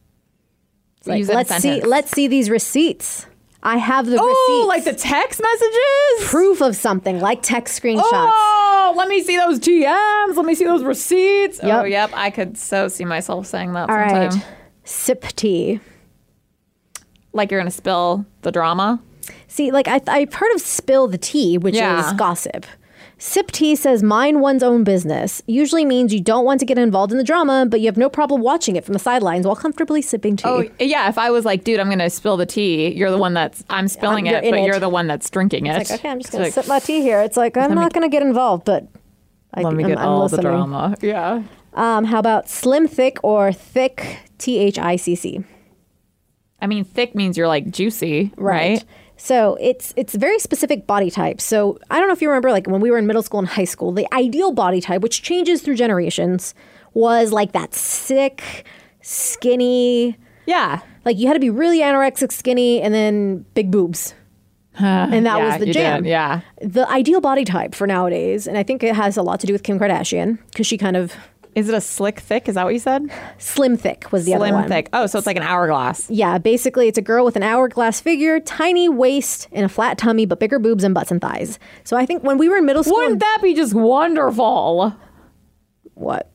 Speaker 2: It's like,
Speaker 3: Use it in a
Speaker 2: let's see.
Speaker 3: sentence.
Speaker 2: Let's see these receipts. I have the
Speaker 3: Oh,
Speaker 2: receipts.
Speaker 3: like the text messages?
Speaker 2: proof of something, like text screenshots.
Speaker 3: Oh, let me see those GMs. Let me see those receipts. Oh,
Speaker 2: Yep.
Speaker 3: yep. I could so see myself saying that
Speaker 2: All right.
Speaker 3: sometime.
Speaker 2: Sip tea.
Speaker 3: Like you're going to spill the drama.
Speaker 2: See, like I, I've heard of spill the tea, which
Speaker 3: Yeah.
Speaker 2: is gossip. Sip tea says mind one's own business. Usually means you don't want to get involved in the drama, but you have no problem watching it from the sidelines while comfortably sipping tea.
Speaker 3: Oh yeah, if I was like, dude, I'm gonna spill the tea. You're the one that's I'm spilling
Speaker 2: you're
Speaker 3: it,
Speaker 2: in
Speaker 3: but
Speaker 2: it.
Speaker 3: you're the one that's drinking it.
Speaker 2: Like, okay, I'm just
Speaker 3: It's
Speaker 2: gonna
Speaker 3: like,
Speaker 2: sip my tea here. It's like I'm not gonna get involved, but I,
Speaker 3: Let me
Speaker 2: I'm,
Speaker 3: get
Speaker 2: I'm
Speaker 3: all
Speaker 2: listening.
Speaker 3: the drama. Yeah.
Speaker 2: Um, how about slim thick or thick? T H I C C.
Speaker 3: I mean, thick means you're like juicy, right?
Speaker 2: So it's it's very specific body type. So I don't know if you remember, like when we were in middle school and high school, the ideal body type, which changes through generations, was like that sick, skinny.
Speaker 3: Yeah.
Speaker 2: Like you had to be really anorexic, skinny, and then big boobs. and that
Speaker 3: yeah,
Speaker 2: was the
Speaker 3: you
Speaker 2: jam.
Speaker 3: did, yeah.
Speaker 2: The ideal body type for nowadays, and I think it has a lot to do with Kim Kardashian because she kind of
Speaker 3: Is it a slick thick? Is that what you said?
Speaker 2: slim thick was the other one.
Speaker 3: Slim thick. Oh, so it's like an hourglass.
Speaker 2: Yeah, basically, it's a girl with an hourglass figure, tiny waist, and a flat tummy, but bigger boobs and butts and thighs. So I think when we were in middle school,
Speaker 3: Wouldn't that be just wonderful
Speaker 2: what?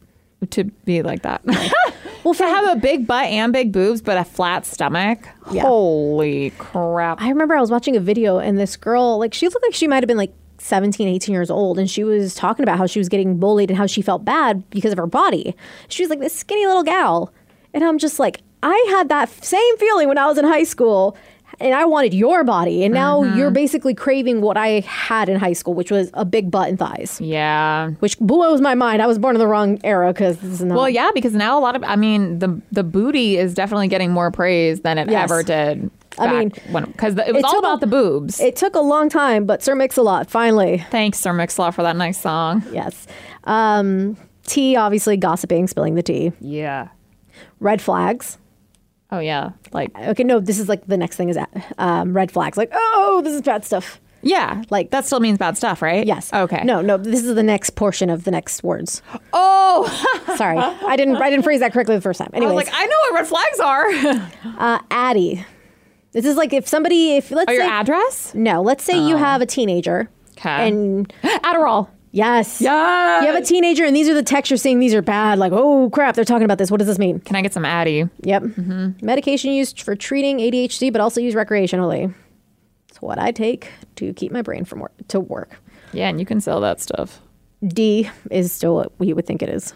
Speaker 3: to be like that? (laughs) well, to have a big butt and big boobs, but a flat stomach.
Speaker 2: Yeah.
Speaker 3: Holy crap!
Speaker 2: I remember I was watching a video and this girl, like she looked like she might have been like 17, 18 years old and she was talking about how she was getting bullied and how she felt bad because of her body. She was like this skinny little gal. And I'm just like, I had that same feeling when I was in high school and I wanted your body and now you're basically craving what I had in high school, which was a big butt and thighs.
Speaker 3: yeah.
Speaker 2: Which blows my mind. I was born in the wrong era because this is not.
Speaker 3: Well, yeah, because now a lot of I mean the the booty is definitely getting more praise than it
Speaker 2: Yes.
Speaker 3: ever did.
Speaker 2: I
Speaker 3: Back
Speaker 2: mean,
Speaker 3: when because it was
Speaker 2: it
Speaker 3: all
Speaker 2: took a-
Speaker 3: about the boobs.
Speaker 2: It took a long time, but Sir Mix-a-Lot finally.
Speaker 3: Thanks, Sir Mix-a-Lot, for that nice song.
Speaker 2: Yes. Um, tea, obviously gossiping, spilling the tea.
Speaker 3: Yeah.
Speaker 2: Red flags.
Speaker 3: Oh yeah. Like
Speaker 2: Okay, no, this is like the next thing is um, red flags. Like, oh, this is bad stuff.
Speaker 3: yeah, like that still means bad stuff, right?
Speaker 2: Yes.
Speaker 3: Okay.
Speaker 2: No, no, this is the next portion of the next words.
Speaker 3: Oh, (laughs)
Speaker 2: Sorry, I didn't. I didn't phrase that correctly the first time.
Speaker 3: I
Speaker 2: Anyways,
Speaker 3: was like, I know what red
Speaker 2: (laughs)
Speaker 3: flags are.
Speaker 2: uh, Addie. This is like if somebody, if let's
Speaker 3: oh, your
Speaker 2: say
Speaker 3: address?
Speaker 2: no, let's say you have a teenager. (gasps)
Speaker 3: 'Kay.
Speaker 2: And
Speaker 3: Adderall.
Speaker 2: yes.
Speaker 3: Yeah.
Speaker 2: You have a teenager, and these are the texts you're seeing. These are bad. Like, oh crap, they're talking about this. What does this mean?
Speaker 3: Can I get some Addy?
Speaker 2: Yep.
Speaker 3: Mm-hmm.
Speaker 2: Medication used for treating ADHD, but also used recreationally. It's what I take to keep my brain from work to work.
Speaker 3: Yeah, and you can sell that stuff.
Speaker 2: D is still what we would think it is.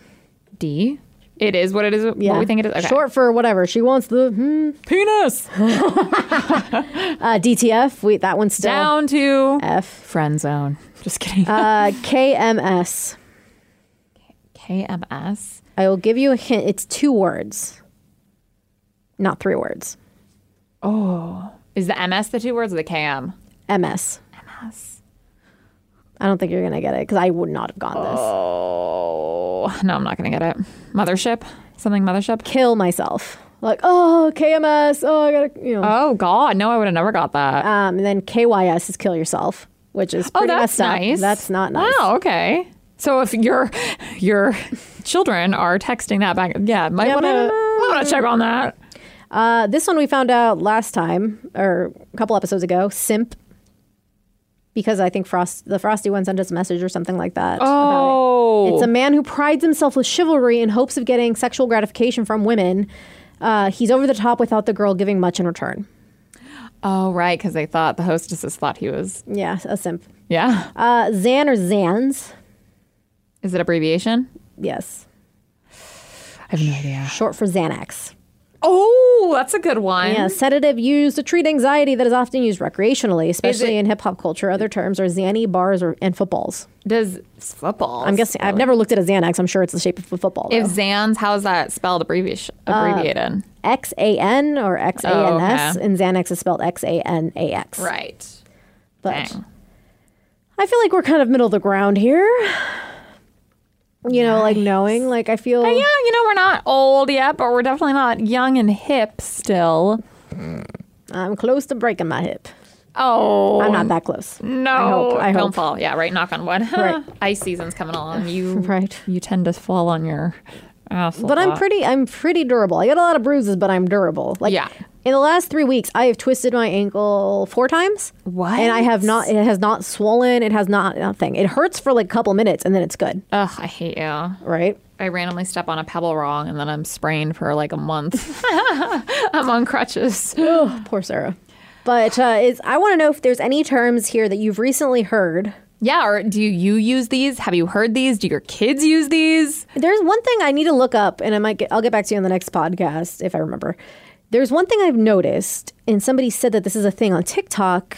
Speaker 3: D. It is what it is. What we think it is. Okay.
Speaker 2: Short for whatever she wants. The hmm. (laughs)
Speaker 3: penis.
Speaker 2: uh, DTF. We that one's still
Speaker 3: Down to
Speaker 2: F.
Speaker 3: friend zone. (laughs) Just kidding.
Speaker 2: Uh, KMS.
Speaker 3: KMS.
Speaker 2: I will give you a hint. It's two words, not three words.
Speaker 3: Is the MS the two words or the KM?
Speaker 2: MS. MS. I don't think you're gonna get it because I would not have gone this.
Speaker 3: Oh no, I'm not gonna get it. Mothership. Something mothership.
Speaker 2: Kill myself. Like oh KMS. Oh I gotta you know.
Speaker 3: Oh God, no, I would have never got that.
Speaker 2: Um, and then KYS is kill yourself, which is
Speaker 3: oh,
Speaker 2: pretty
Speaker 3: that's
Speaker 2: messed up.
Speaker 3: nice.
Speaker 2: That's not nice.
Speaker 3: Wow. Okay. So if your your children are texting that back, yeah, might
Speaker 2: Yeah,
Speaker 3: want
Speaker 2: but- um,
Speaker 3: to want to check on that.
Speaker 2: Uh, this one we found out last time or a couple episodes ago. Simp, because I think Frost the Frosty one sent us a message or something like that. about it.
Speaker 3: Oh,
Speaker 2: it's a man who prides himself with chivalry in hopes of getting sexual gratification from women. Uh, he's over the top without the girl giving much in return.
Speaker 3: oh right, because they thought the hostesses thought he was.
Speaker 2: Yeah, a simp.
Speaker 3: Yeah.
Speaker 2: Uh, Zan or Zans?
Speaker 3: Is it abbreviation?
Speaker 2: Yes,
Speaker 3: I have no idea.
Speaker 2: short for Xanax.
Speaker 3: Oh, that's a good one.
Speaker 2: Yeah, sedative used to treat anxiety that is often used recreationally, especially in hip hop culture. Other terms are Xanny bars or and footballs.
Speaker 3: Does football?
Speaker 2: I'm guessing I've never looked at a Xanax. I'm sure it's the shape of a football.
Speaker 3: If Zans, how is that spelled? Abbreviation.
Speaker 2: Uh,
Speaker 3: Abbreviated.
Speaker 2: X A N or X A N S,
Speaker 3: Oh, okay.
Speaker 2: and Xanax is spelled X A N A X.
Speaker 3: right.
Speaker 2: But
Speaker 3: Dang.
Speaker 2: I feel like we're kind of middle of the ground here. You know, like knowing, like I feel.
Speaker 3: Yeah, you know, we're not old yet, but we're definitely not young and hip still.
Speaker 2: I'm close to breaking my hip.
Speaker 3: Oh,
Speaker 2: I'm not that close.
Speaker 3: No,
Speaker 2: I hope. I
Speaker 3: don't
Speaker 2: hope.
Speaker 3: fall. Yeah, right. Knock on wood.
Speaker 2: Right.
Speaker 3: (laughs) Ice season's
Speaker 2: (laughs)
Speaker 3: coming along. You
Speaker 2: Right.
Speaker 3: You tend to fall on your ass.
Speaker 2: But I'm pretty I'm pretty durable. I got a lot of bruises, but I'm durable. Like
Speaker 3: Yeah.
Speaker 2: in the last three weeks I have twisted my ankle four times.
Speaker 3: What?
Speaker 2: And I have not it has not swollen, it has not nothing. It hurts for like a couple minutes and then it's good.
Speaker 3: Ugh, I hate you. (sighs)
Speaker 2: Right?
Speaker 3: I randomly step on a pebble wrong, and
Speaker 2: (laughs)
Speaker 3: then (laughs) I'm sprained for like a month. I'm on crutches.
Speaker 2: Oh, poor Sarah. But uh, is, I want to know if there's any terms here that you've recently heard.
Speaker 3: Yeah, or do you use these? Have you heard these? Do your kids use these?
Speaker 2: There's one thing I need to look up, and I might get, I'll get back to you on the next podcast if I remember. There's one thing I've noticed, and somebody said that this is a thing on TikTok,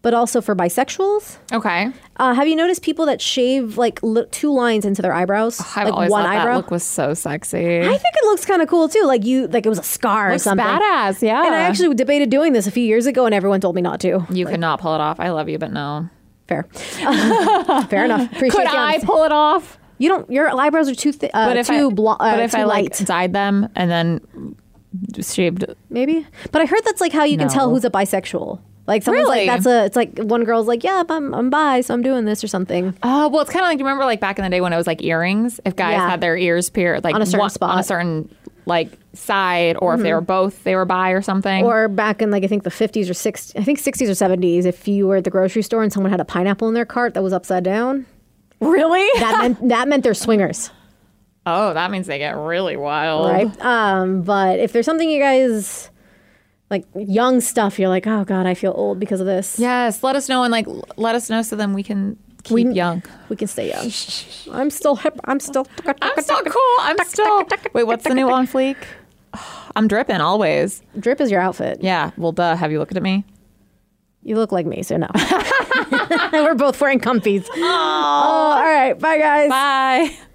Speaker 2: but also for bisexuals.
Speaker 3: Okay.
Speaker 2: Uh, have you noticed people that shave like li- two lines into their eyebrows,
Speaker 3: I've
Speaker 2: like
Speaker 3: always
Speaker 2: one
Speaker 3: thought
Speaker 2: eyebrow?
Speaker 3: that look was so sexy.
Speaker 2: I think it looks kind of cool too. Like you, like it was a scar
Speaker 3: Looks
Speaker 2: or something.
Speaker 3: badass, yeah.
Speaker 2: And I actually debated doing this a few years ago, and everyone told me not to.
Speaker 3: you could not pull it off. I love you, but no.
Speaker 2: Fair, (laughs) fair enough. Appreciate
Speaker 3: (laughs) Could
Speaker 2: the
Speaker 3: I
Speaker 2: honesty.
Speaker 3: pull it off?
Speaker 2: You don't. Your eyebrows are too thick. Uh,
Speaker 3: But if
Speaker 2: too
Speaker 3: I,
Speaker 2: blo- uh,
Speaker 3: but if
Speaker 2: too
Speaker 3: I like
Speaker 2: light,
Speaker 3: dyed them and then shaved.
Speaker 2: maybe. But I heard that's like how you can tell
Speaker 3: No.
Speaker 2: who's a bisexual. Like someone's
Speaker 3: Really?
Speaker 2: like that's a. It's like one girl's like, yeah, I'm I'm bi, so I'm doing this or something.
Speaker 3: Oh well, it's kind of like you remember like back in the day when it was like earrings. If guys
Speaker 2: Yeah.
Speaker 3: had their ears pierced, like
Speaker 2: On a certain spot.
Speaker 3: on a certain like side, or if they were both, they were bi or something.
Speaker 2: Or back in like I think the 50s or 60s, I think 60s or 70s, if you were at the grocery store and someone had a pineapple in their cart that was upside down,
Speaker 3: really?
Speaker 2: that meant that meant they're swingers.
Speaker 3: (laughs) oh, that means they get really wild.
Speaker 2: right? Um, but if there's something you guys like young stuff, you're like, oh god, I feel old because of this.
Speaker 3: Yes, let us know and like l- let us know so then we can keep
Speaker 2: We-
Speaker 3: young.
Speaker 2: we can stay young. I'm still hip. I'm still.
Speaker 3: (laughs) I'm still cool. I'm still. Wait, what's the new on fleek? (sighs) I'm dripping always.
Speaker 2: Drip is your outfit.
Speaker 3: Yeah. Well, duh. Have you looked at me?
Speaker 2: You look like me, so
Speaker 3: (laughs)
Speaker 2: no. (laughs) We're both wearing comfies. Oh, all right. Bye, guys.
Speaker 3: Bye. (laughs)